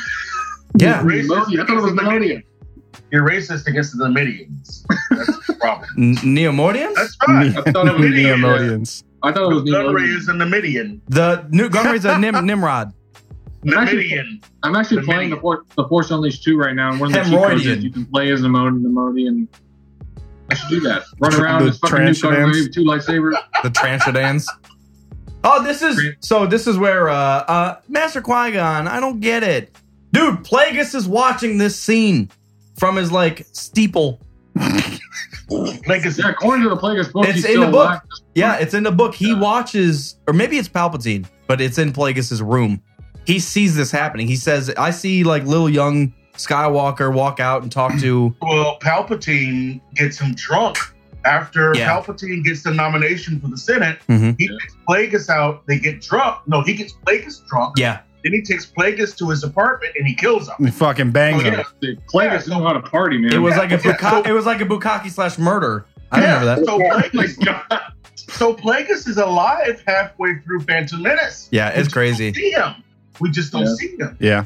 [SPEAKER 8] is.
[SPEAKER 7] Yeah.
[SPEAKER 5] Melody, I thought it was Melody.
[SPEAKER 8] You're racist against the Numidians. That's the problem.
[SPEAKER 7] N- Neomordians?
[SPEAKER 8] That's right.
[SPEAKER 5] I thought it was
[SPEAKER 8] Numidian.
[SPEAKER 3] Neomodians.
[SPEAKER 5] I thought it was
[SPEAKER 8] Gunray
[SPEAKER 5] Melody.
[SPEAKER 8] is a Numidian.
[SPEAKER 7] the new Gunray's a Nim- Nimrod.
[SPEAKER 8] Numidian.
[SPEAKER 5] I'm actually
[SPEAKER 8] The
[SPEAKER 5] playing
[SPEAKER 8] mini-
[SPEAKER 5] the Force, the Force Unleashed 2 right now, and one of the cheat codes
[SPEAKER 7] Hemorrhoidian.
[SPEAKER 5] is you can play as an Emodian. Emodian. I should do that. Run around
[SPEAKER 7] The
[SPEAKER 5] in this fucking new
[SPEAKER 7] Transhadams?
[SPEAKER 5] car, two lightsabers.
[SPEAKER 7] the Transhadans. Oh, this is so. This is where uh, uh, Master Qui Gon. I don't get it, dude. Plagueis is watching this scene from his like steeple.
[SPEAKER 8] Plagueis,
[SPEAKER 5] yeah, according to the Plagueis book,
[SPEAKER 7] It's
[SPEAKER 5] he's
[SPEAKER 7] in
[SPEAKER 5] still
[SPEAKER 7] the book.
[SPEAKER 5] alive.
[SPEAKER 7] Yeah, it's in the book. He watches, or maybe it's Palpatine, but it's in Plagueis' room. He sees this happening. He says, "I see like little young Skywalker walk out and talk to."
[SPEAKER 8] Well, Palpatine gets him drunk. After
[SPEAKER 7] Yeah.
[SPEAKER 8] Palpatine gets the nomination for the Senate,
[SPEAKER 7] Mhm.
[SPEAKER 8] he takes Plagueis out. They get drunk. No, he gets Plagueis drunk.
[SPEAKER 7] Yeah.
[SPEAKER 8] Then he takes Plagueis to his apartment and he kills him.
[SPEAKER 3] He fucking bangs
[SPEAKER 8] Oh,
[SPEAKER 3] him.
[SPEAKER 5] Plagueis know how to party, man.
[SPEAKER 7] It was like a
[SPEAKER 8] Yeah,
[SPEAKER 7] Buka- it was like a Bukaki slash murder. I remember that.
[SPEAKER 8] So Plagueis, so Plagueis is alive halfway through Phantom Menace.
[SPEAKER 7] Yeah, it's
[SPEAKER 8] We
[SPEAKER 7] crazy.
[SPEAKER 8] see him. We just don't see him.
[SPEAKER 3] Yeah.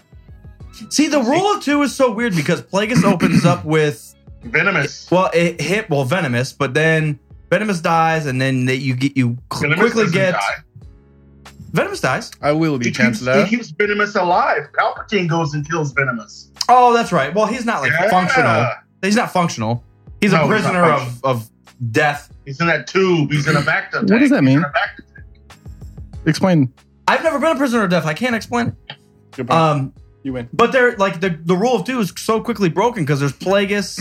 [SPEAKER 7] See, the rule of two is so weird because Plagueis opens up with
[SPEAKER 8] venomous.
[SPEAKER 7] Well, it hit well venomous, but then venomous dies, and then that you get you cl-
[SPEAKER 8] Venomous
[SPEAKER 7] quickly
[SPEAKER 8] doesn't
[SPEAKER 7] get
[SPEAKER 8] die.
[SPEAKER 7] venomous dies.
[SPEAKER 11] I will be
[SPEAKER 8] He keeps Venomous alive. Palpatine goes and kills Venomous.
[SPEAKER 7] Oh, that's right. Well, he's not like
[SPEAKER 8] Yeah.
[SPEAKER 7] functional. He's not functional. He's
[SPEAKER 8] No,
[SPEAKER 7] a
[SPEAKER 8] he's not
[SPEAKER 7] prisoner of of death.
[SPEAKER 8] He's in that tube. He's in a back
[SPEAKER 3] What does that mean? Explain.
[SPEAKER 7] I've never been a prisoner of death. I can't explain it. Um,
[SPEAKER 3] you win.
[SPEAKER 7] But they're like the, the rule of two is so quickly broken because there's Plagueis,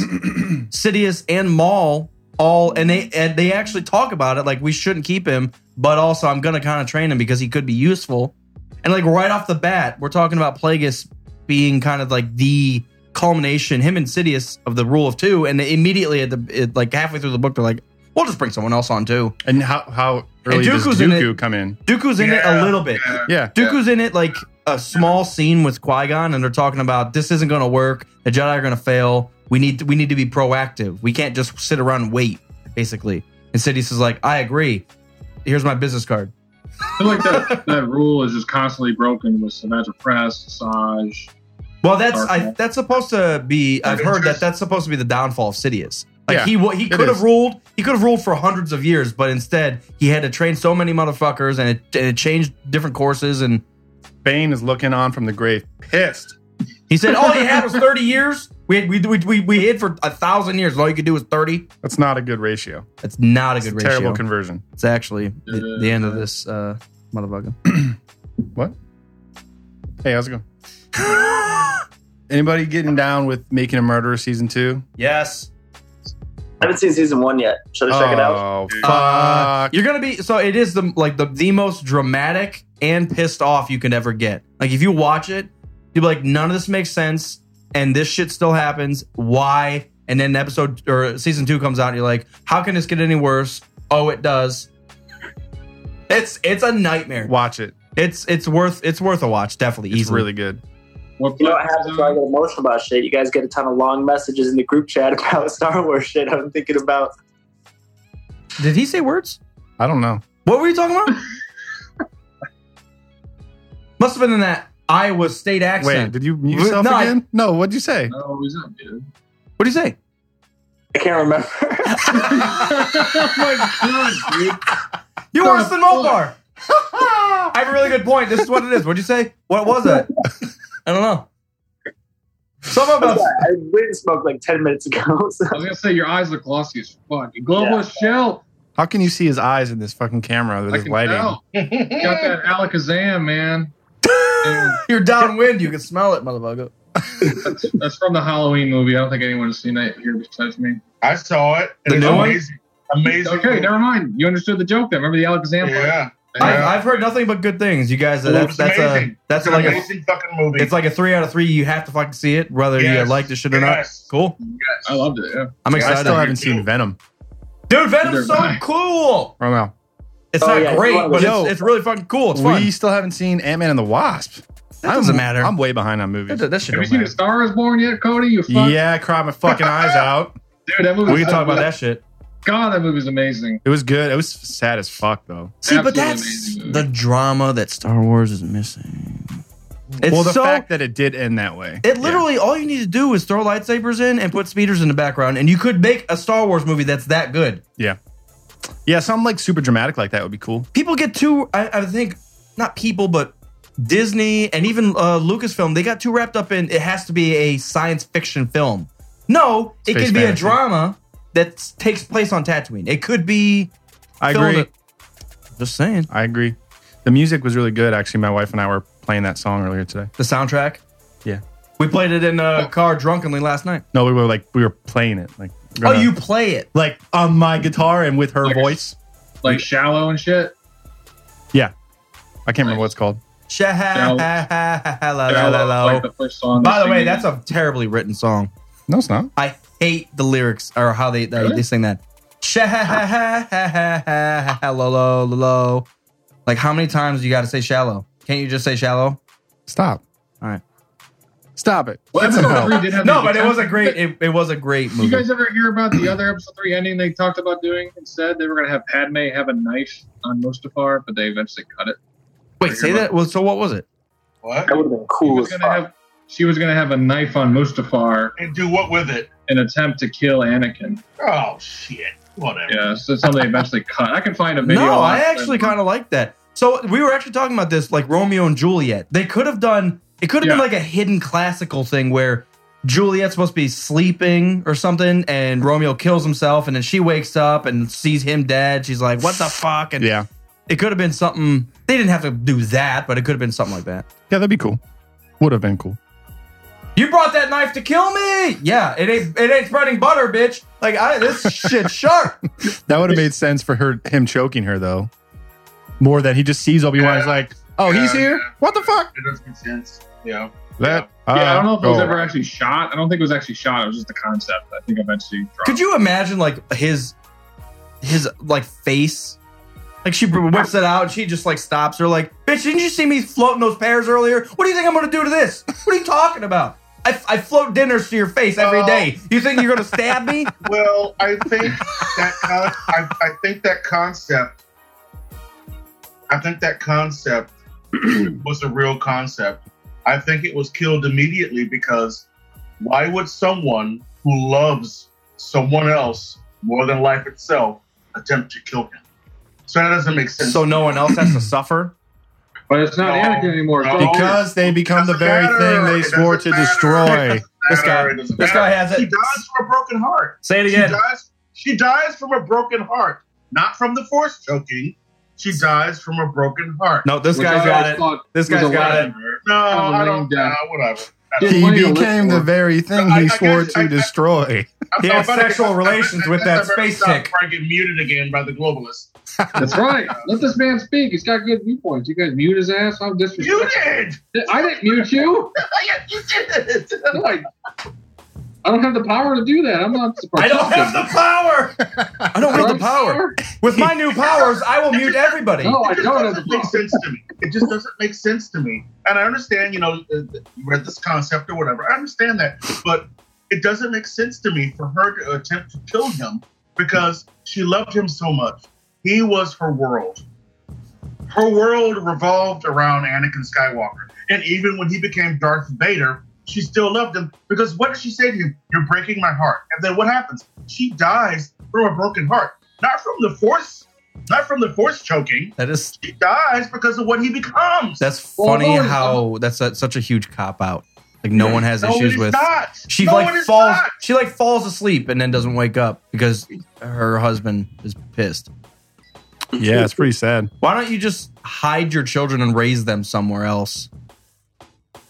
[SPEAKER 7] Sidious, and Maul all, and they and they actually talk about it like we shouldn't keep him, but also I'm gonna kind of train him because he could be useful. And like right off the bat, we're talking about Plagueis being kind of like the culmination, him and Sidious of the rule of two, and they immediately at the it, like halfway through the book, they're like, we'll just bring someone else on too.
[SPEAKER 3] And how how
[SPEAKER 7] And
[SPEAKER 3] early does
[SPEAKER 7] Dooku's in
[SPEAKER 3] Dooku
[SPEAKER 7] it.
[SPEAKER 3] come in?
[SPEAKER 7] Dooku's in it a little bit.
[SPEAKER 3] Yeah.
[SPEAKER 7] Dooku's in it like a small scene with Qui Gon, and they're talking about this isn't going to work. The Jedi are going to fail. We need we need to be proactive. We can't just sit around and wait. Basically, and Sidious is like, I agree. Here's my business card.
[SPEAKER 5] I feel like that, that rule is just constantly broken with Savannah Press, Saj.
[SPEAKER 7] Well, that's I, that's supposed to be. I've heard that that's supposed to be the downfall of Sidious. Like
[SPEAKER 3] Yeah,
[SPEAKER 7] he wa- he
[SPEAKER 3] it
[SPEAKER 7] could
[SPEAKER 3] is.
[SPEAKER 7] have ruled he could have ruled for hundreds of years, but instead he had to train so many motherfuckers, and it, and it changed different courses. And
[SPEAKER 3] Bane is looking on from the grave, pissed.
[SPEAKER 7] He said, "All he had was thirty years. We had, we, we we we hid for a thousand years. and All you could do was thirty.
[SPEAKER 3] That's not a good ratio.
[SPEAKER 7] That's not a
[SPEAKER 3] It's
[SPEAKER 7] good
[SPEAKER 3] a
[SPEAKER 7] ratio.
[SPEAKER 3] terrible conversion.
[SPEAKER 7] It's actually the, the end of this uh, motherfucker.
[SPEAKER 3] Hey, how's it going? Anybody getting down with making a murderer season two?
[SPEAKER 7] Yes.
[SPEAKER 4] I haven't seen season one yet. Should I check it
[SPEAKER 3] Oh,
[SPEAKER 4] out?
[SPEAKER 7] Uh, you're gonna be so it is the like the, the most dramatic and pissed off you can ever get. Like if you watch it, you'll be like, none of this makes sense, and this shit still happens. Why? And then episode or season two comes out, and you're like, how can this get any worse? Oh, it does. It's it's a nightmare.
[SPEAKER 3] Watch it.
[SPEAKER 7] It's it's worth it's worth a watch. Definitely, it's
[SPEAKER 3] really good.
[SPEAKER 4] You know what happens when I get emotional about shit? You guys get a ton of long messages in the group chat about Star Wars shit I'm thinking about.
[SPEAKER 7] Did he say words?
[SPEAKER 3] I don't know.
[SPEAKER 7] What were you talking about? Must have been in that Iowa State accent.
[SPEAKER 3] Wait, did you mute yourself
[SPEAKER 7] no, I-
[SPEAKER 3] again? no, what'd you say?
[SPEAKER 5] No, he's not, dude.
[SPEAKER 7] What do you say?
[SPEAKER 4] I can't remember.
[SPEAKER 5] oh my god, dude.
[SPEAKER 7] You're worse than Mopar. I have a really good point. This is what it is. What'd you say? What was that? I don't know. Some of us.
[SPEAKER 4] I went and smoked like 10 minutes ago. So.
[SPEAKER 5] I was gonna say your eyes look glossy as fuck. Global as shell.
[SPEAKER 3] How can you see his eyes in this fucking camera with
[SPEAKER 5] I
[SPEAKER 3] this
[SPEAKER 5] can
[SPEAKER 3] lighting?
[SPEAKER 5] tell. Got that Alakazam, man.
[SPEAKER 7] You're downwind. You can smell it, motherfucker.
[SPEAKER 5] That's, that's from the Halloween movie. I don't think anyone has seen that here besides me.
[SPEAKER 8] I saw it.
[SPEAKER 7] The new one?
[SPEAKER 8] amazing. Amazing.
[SPEAKER 5] Okay, never mind. You understood the joke then. Remember the Alakazam?
[SPEAKER 8] Yeah.
[SPEAKER 7] I, I've heard nothing but good things. You guys, uh, that's that's a that's
[SPEAKER 8] an
[SPEAKER 7] like a,
[SPEAKER 8] amazing fucking movie.
[SPEAKER 7] it's like a three out of three. You have to fucking see it, whether
[SPEAKER 8] Yes.
[SPEAKER 7] you like the shit or not.
[SPEAKER 8] Yes.
[SPEAKER 7] Cool.
[SPEAKER 5] I loved it. Yeah.
[SPEAKER 7] I'm
[SPEAKER 3] I
[SPEAKER 7] excited.
[SPEAKER 3] still haven't seen Venom.
[SPEAKER 7] Dude, Venom's so
[SPEAKER 3] Neither-
[SPEAKER 7] cool.
[SPEAKER 3] Right now.
[SPEAKER 7] It's
[SPEAKER 3] Oh,
[SPEAKER 7] not
[SPEAKER 3] yeah,
[SPEAKER 7] great,
[SPEAKER 3] you wanna watch
[SPEAKER 7] but it's,
[SPEAKER 3] it.
[SPEAKER 7] it's really fucking cool. It's fun.
[SPEAKER 3] We still haven't seen Ant Man and the Wasp.
[SPEAKER 7] That doesn't matter.
[SPEAKER 3] I'm way behind on movies.
[SPEAKER 7] That, that shit
[SPEAKER 5] Have you
[SPEAKER 7] don't
[SPEAKER 5] seen
[SPEAKER 7] matter.
[SPEAKER 5] A Star Is Born yet, Cody? You fuck.
[SPEAKER 3] Yeah, I cried my fucking eyes out.
[SPEAKER 5] Dude, that movie.
[SPEAKER 3] We can talk about that
[SPEAKER 7] shit.
[SPEAKER 5] God, that movie's amazing.
[SPEAKER 3] It was good. It was sad as fuck though.
[SPEAKER 7] See, but
[SPEAKER 5] Absolutely
[SPEAKER 7] that's the drama that Star Wars is missing. It's
[SPEAKER 3] well, the
[SPEAKER 7] so-
[SPEAKER 3] fact that it did end that way.
[SPEAKER 7] It literally, all you need to do is throw lightsabers in and put speeders in the background, and you could make a Star Wars movie that's that good.
[SPEAKER 3] Yeah. Yeah, something like super dramatic like that would be cool.
[SPEAKER 7] People get too, I, I think, not people, but Disney and even uh, Lucasfilm, they got too wrapped up in it has to be a science fiction film. No, it
[SPEAKER 3] Space
[SPEAKER 7] can be a
[SPEAKER 3] fantasy.
[SPEAKER 7] drama that takes place on Tatooine. It could be.
[SPEAKER 3] I
[SPEAKER 7] filmed
[SPEAKER 3] agree.
[SPEAKER 7] at- Just saying.
[SPEAKER 3] I agree. The music was really good. Actually, my wife and I were playing that song earlier today.
[SPEAKER 7] The soundtrack.
[SPEAKER 3] Yeah.
[SPEAKER 7] We played it in a car drunkenly last night.
[SPEAKER 3] No, we were like we were playing it. Like we're
[SPEAKER 7] Oh,
[SPEAKER 3] gonna-
[SPEAKER 7] you play it?
[SPEAKER 3] like on my guitar and with her voice.
[SPEAKER 5] like shallow and shit.
[SPEAKER 3] Yeah. I can't remember what it's called.
[SPEAKER 7] Shallow.
[SPEAKER 5] Like the first song.
[SPEAKER 7] By
[SPEAKER 5] they
[SPEAKER 7] the
[SPEAKER 5] sing
[SPEAKER 7] way,
[SPEAKER 5] in-
[SPEAKER 7] that's a terribly written song.
[SPEAKER 3] No, it's not.
[SPEAKER 7] I hate the lyrics or how they they, they sing that. Shallow. Like how many times do you got to say shallow? Can't you just say shallow?
[SPEAKER 3] Stop.
[SPEAKER 7] All right.
[SPEAKER 3] Stop it.
[SPEAKER 5] Well,
[SPEAKER 3] Get some
[SPEAKER 5] episode
[SPEAKER 3] help.
[SPEAKER 5] three did have
[SPEAKER 7] No,
[SPEAKER 5] the-
[SPEAKER 7] but it was a great it, it was a great
[SPEAKER 5] Did you
[SPEAKER 7] movie.
[SPEAKER 5] guys ever hear about the other episode three ending they talked about doing instead? They were gonna have Padme have a knife on Mustafar, but they eventually cut it.
[SPEAKER 7] Wait, say that. Well, so what was it?
[SPEAKER 8] What?
[SPEAKER 4] That would have been
[SPEAKER 5] She
[SPEAKER 4] cool
[SPEAKER 5] was
[SPEAKER 4] as
[SPEAKER 5] gonna
[SPEAKER 4] fuck.
[SPEAKER 5] have she was gonna have a knife on Mustafar
[SPEAKER 8] And do what with it?
[SPEAKER 5] in attempt to kill Anakin.
[SPEAKER 8] Oh shit! Whatever.
[SPEAKER 5] Yeah, so something they eventually cut. I can find a video.
[SPEAKER 7] No, I
[SPEAKER 5] on it.
[SPEAKER 7] actually kind of like that. So we were actually talking about this, like Romeo and Juliet. They could have done. It could have been
[SPEAKER 5] Yeah.
[SPEAKER 7] like a hidden classical thing where Juliet's supposed to be sleeping or something, and Romeo kills himself, and then she wakes up and sees him dead. She's like, "What the fuck?" And
[SPEAKER 3] Yeah.
[SPEAKER 7] it could have been something. They didn't have to do that, but it could have been something like that.
[SPEAKER 3] Yeah, that'd be cool. Would have been cool.
[SPEAKER 7] You brought that knife to kill me. Yeah, it ain't it ain't spreading butter, bitch. Like I, this shit's sharp.
[SPEAKER 3] That would have made sense for her him choking her though. More than he just sees Obi Wan is like, oh, he's
[SPEAKER 8] Yeah,
[SPEAKER 3] here.
[SPEAKER 8] yeah.
[SPEAKER 3] What the fuck?
[SPEAKER 8] It doesn't make sense. Yeah.
[SPEAKER 3] That
[SPEAKER 5] Yeah, I don't know if it was
[SPEAKER 3] oh.
[SPEAKER 5] ever actually shot. I don't think it was actually shot. It was just the concept. I think eventually dropped.
[SPEAKER 7] Could you imagine like his his like face? Like she whips it out and she just like stops her like, bitch, didn't you see me floating those pears earlier? What do you think I'm gonna do to this? What are you talking about? I, I float dinners to your face every
[SPEAKER 8] Oh.
[SPEAKER 7] day. You think you're gonna stab me?
[SPEAKER 8] Well, I think that con- I, I think that concept. I think that concept was a real concept. I think it was killed immediately because why would someone who loves someone else more than life itself attempt to kill him? So that doesn't make sense.
[SPEAKER 7] so no one else has to suffer.
[SPEAKER 5] But it's not
[SPEAKER 8] No,
[SPEAKER 5] Anakin anymore.
[SPEAKER 8] no.
[SPEAKER 3] Oh.
[SPEAKER 5] It's all-
[SPEAKER 3] Because they become the
[SPEAKER 8] Doesn't
[SPEAKER 3] very
[SPEAKER 8] matter.
[SPEAKER 3] thing they
[SPEAKER 8] It
[SPEAKER 3] swore
[SPEAKER 8] doesn't
[SPEAKER 3] to
[SPEAKER 8] matter.
[SPEAKER 3] destroy.
[SPEAKER 7] This guy-
[SPEAKER 8] It doesn't
[SPEAKER 7] this guy
[SPEAKER 8] matter.
[SPEAKER 7] has it.
[SPEAKER 8] She dies from a broken heart.
[SPEAKER 7] Say it
[SPEAKER 8] She
[SPEAKER 7] again.
[SPEAKER 8] dies. She dies from a broken heart, not from the force choking. She dies from a broken heart.
[SPEAKER 7] No, this
[SPEAKER 5] which
[SPEAKER 7] guy's
[SPEAKER 5] I
[SPEAKER 7] got
[SPEAKER 5] always
[SPEAKER 7] it.
[SPEAKER 5] thought
[SPEAKER 7] This
[SPEAKER 5] was
[SPEAKER 7] guy's
[SPEAKER 5] a
[SPEAKER 7] got
[SPEAKER 5] lame-
[SPEAKER 7] it.
[SPEAKER 8] no,
[SPEAKER 5] Kind of a
[SPEAKER 8] I
[SPEAKER 5] lame
[SPEAKER 8] don't.
[SPEAKER 5] death.
[SPEAKER 8] Nah, whatever.
[SPEAKER 5] Just
[SPEAKER 3] He
[SPEAKER 5] wanted to look
[SPEAKER 3] became the
[SPEAKER 5] for it.
[SPEAKER 3] very thing
[SPEAKER 8] I- I
[SPEAKER 3] he
[SPEAKER 8] guess-
[SPEAKER 3] swore
[SPEAKER 8] I- I-
[SPEAKER 3] to destroy.
[SPEAKER 7] He had sexual relations with that space
[SPEAKER 8] tick.
[SPEAKER 7] tick.
[SPEAKER 8] Before I get muted again by the globalists.
[SPEAKER 5] That's right. Let this man speak. He's got good viewpoints. You guys mute his ass. I'm
[SPEAKER 8] You
[SPEAKER 5] disrespectful.
[SPEAKER 8] did.
[SPEAKER 5] I didn't mute you.
[SPEAKER 8] Yes, you did.
[SPEAKER 5] No, I, I don't have the power to do that. I'm not surprised.
[SPEAKER 7] I don't have the power. I don't have the power. With my new powers, I will mute everybody.
[SPEAKER 5] No, I
[SPEAKER 8] It
[SPEAKER 5] don't have
[SPEAKER 8] doesn't
[SPEAKER 5] the
[SPEAKER 8] make
[SPEAKER 5] power.
[SPEAKER 8] sense to me. It just doesn't make sense to me. And I understand, you know, uh, you read this concept or whatever. I understand that, but it doesn't make sense to me for her to attempt to kill him because she loved him so much. He was her world. Her world revolved around Anakin Skywalker, and even when he became Darth Vader, she still loved him because what did she say to him? You're breaking my heart. And then what happens? She dies from a broken heart, not from the Force, not from the Force choking
[SPEAKER 7] That is
[SPEAKER 8] he dies because of what he becomes.
[SPEAKER 7] that's
[SPEAKER 5] Well,
[SPEAKER 7] funny
[SPEAKER 5] no, it's-
[SPEAKER 7] how that's a, such a huge cop out. Like no one has
[SPEAKER 8] no,
[SPEAKER 7] issues
[SPEAKER 8] it is
[SPEAKER 7] with
[SPEAKER 8] Not.
[SPEAKER 7] She
[SPEAKER 8] no, it
[SPEAKER 7] like
[SPEAKER 8] is
[SPEAKER 7] falls.
[SPEAKER 8] Not.
[SPEAKER 7] She like falls asleep and then doesn't wake up because her husband is pissed.
[SPEAKER 3] yeah, it's pretty sad.
[SPEAKER 7] Why don't you just hide your children and raise them somewhere else?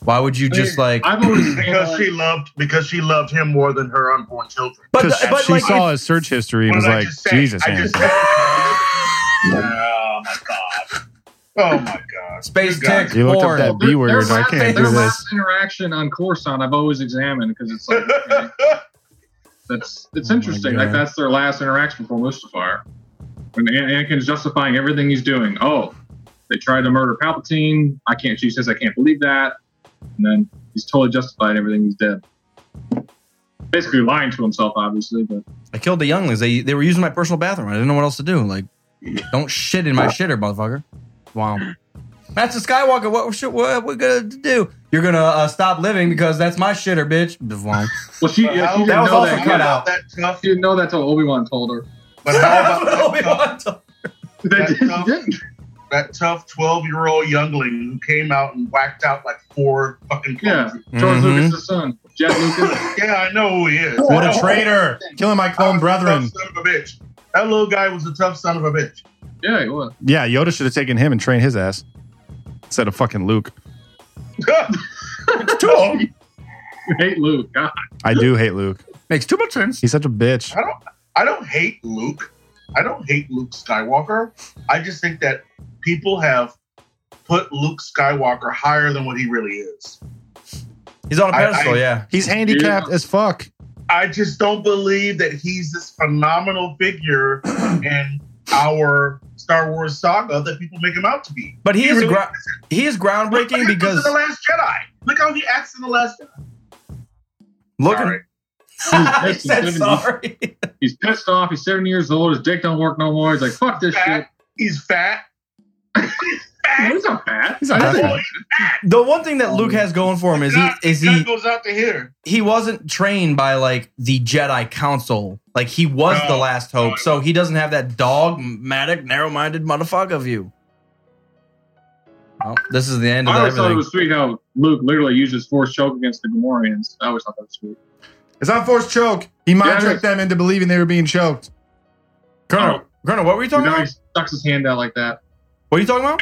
[SPEAKER 7] Why would you just like?
[SPEAKER 5] I've always
[SPEAKER 8] Because she loved because she loved him more than her unborn children.
[SPEAKER 7] But,
[SPEAKER 3] Because
[SPEAKER 7] the- but
[SPEAKER 3] she
[SPEAKER 7] like,
[SPEAKER 3] saw
[SPEAKER 7] if-
[SPEAKER 3] his search history
[SPEAKER 8] What
[SPEAKER 3] and was
[SPEAKER 8] did I
[SPEAKER 3] like,
[SPEAKER 8] just say?
[SPEAKER 3] Jesus,
[SPEAKER 8] I just
[SPEAKER 3] Anakin."
[SPEAKER 8] said- oh my god. Oh my god.
[SPEAKER 7] space
[SPEAKER 8] You guys-
[SPEAKER 7] tick
[SPEAKER 3] You looked up
[SPEAKER 7] porn.
[SPEAKER 3] that B word. I can't do
[SPEAKER 5] their
[SPEAKER 3] this.
[SPEAKER 5] last interaction on Coruscant, I've always examined because it's like okay, that's it's
[SPEAKER 3] Oh my
[SPEAKER 5] interesting. Like
[SPEAKER 3] God.
[SPEAKER 5] that's their last interaction before Mustafar, when An- Anakin's justifying everything he's doing. Oh, they tried to murder Palpatine. I can't. She says I can't believe that, and then he's totally justified in everything he's did. Basically lying to himself, obviously, but
[SPEAKER 7] I killed the younglings. They they were using my personal bathroom. I didn't know what else to do. Like, don't shit in my shitter, motherfucker. Wow. Master Skywalker, what should, what we gonna do? You're gonna uh, stop living because that's my shitter, bitch. Wow.
[SPEAKER 5] well, she,
[SPEAKER 8] But
[SPEAKER 5] yeah,
[SPEAKER 8] how-
[SPEAKER 7] that
[SPEAKER 5] she didn't
[SPEAKER 7] was
[SPEAKER 5] know
[SPEAKER 7] also
[SPEAKER 5] that.
[SPEAKER 7] cut
[SPEAKER 5] yet.
[SPEAKER 7] out.
[SPEAKER 8] That tough,
[SPEAKER 5] She didn't know that till Obi Wan told her.
[SPEAKER 8] but how about that tough-
[SPEAKER 7] Obi-Wan told-
[SPEAKER 5] They
[SPEAKER 8] That
[SPEAKER 5] didn't-
[SPEAKER 8] tough-
[SPEAKER 5] didn't.
[SPEAKER 8] that tough twelve year old youngling who came out and whacked out like four fucking
[SPEAKER 5] Yeah,
[SPEAKER 8] clones?
[SPEAKER 5] George
[SPEAKER 3] Mm-hmm.
[SPEAKER 7] Mhm.
[SPEAKER 5] Lucas' son. Jed Lucas.
[SPEAKER 8] yeah, I know who he is.
[SPEAKER 3] What a traitor! Killing my clone brethren.
[SPEAKER 8] Son of a bitch. That little guy was a tough son of a bitch.
[SPEAKER 5] Yeah, he was.
[SPEAKER 3] Yeah, Yoda should have taken him and trained his ass instead of fucking Luke.
[SPEAKER 5] it's too old. Hate Luke. God.
[SPEAKER 3] I do hate Luke.
[SPEAKER 7] Makes too much sense.
[SPEAKER 3] He's such a bitch.
[SPEAKER 8] I don't. I don't hate Luke. I don't hate Luke Skywalker. I just think that people have put Luke Skywalker higher than what he really is.
[SPEAKER 7] He's on a
[SPEAKER 8] I-
[SPEAKER 7] pedestal,
[SPEAKER 8] I-
[SPEAKER 7] yeah.
[SPEAKER 3] He's handicapped as fuck.
[SPEAKER 8] I just don't believe that he's this phenomenal figure in our Star Wars saga that people make him out to be.
[SPEAKER 7] But he is
[SPEAKER 8] really
[SPEAKER 7] gra- he is
[SPEAKER 8] Look what
[SPEAKER 7] groundbreaking
[SPEAKER 8] happens in
[SPEAKER 7] because
[SPEAKER 8] the Last Jedi. Look how he acts in the Last Jedi.
[SPEAKER 7] looking.
[SPEAKER 5] Sorry.
[SPEAKER 7] he said sorry.
[SPEAKER 5] He's pissed off. He's 70 years old. His dick don't work no more. He's like, fuck this shit.
[SPEAKER 8] Fat. He's fat.
[SPEAKER 5] He's not fat.
[SPEAKER 3] He's not that
[SPEAKER 8] Oh,
[SPEAKER 3] bad.
[SPEAKER 8] he's
[SPEAKER 7] The one thing that Luke has going for him is he
[SPEAKER 8] not-
[SPEAKER 7] is
[SPEAKER 8] that
[SPEAKER 7] he
[SPEAKER 8] goes out to here.
[SPEAKER 7] he wasn't trained by like the Jedi Council. Like he was
[SPEAKER 8] No.
[SPEAKER 7] the last hope, so he doesn't have that dogmatic, narrow-minded motherfucker view. Well, this is the end of
[SPEAKER 5] I always thought
[SPEAKER 7] everything.
[SPEAKER 5] it was sweet how Luke literally uses force choke against the Gamorreans. I always thought that was sweet.
[SPEAKER 3] It's not forced choke. He mind tricked them into believing they were being choked.
[SPEAKER 7] Colonel, Colonel, what were you
[SPEAKER 5] You
[SPEAKER 7] talking
[SPEAKER 5] know, he
[SPEAKER 7] about?
[SPEAKER 5] sucks his hand out like that.
[SPEAKER 7] What are you talking about?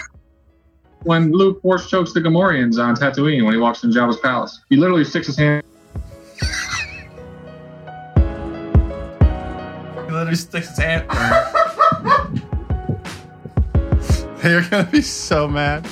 [SPEAKER 5] When Luke force chokes the Gamorreans on Tatooine when he walks in Jabba's palace, he literally sticks his hand.
[SPEAKER 7] He literally sticks his hand.
[SPEAKER 3] They're gonna be so mad.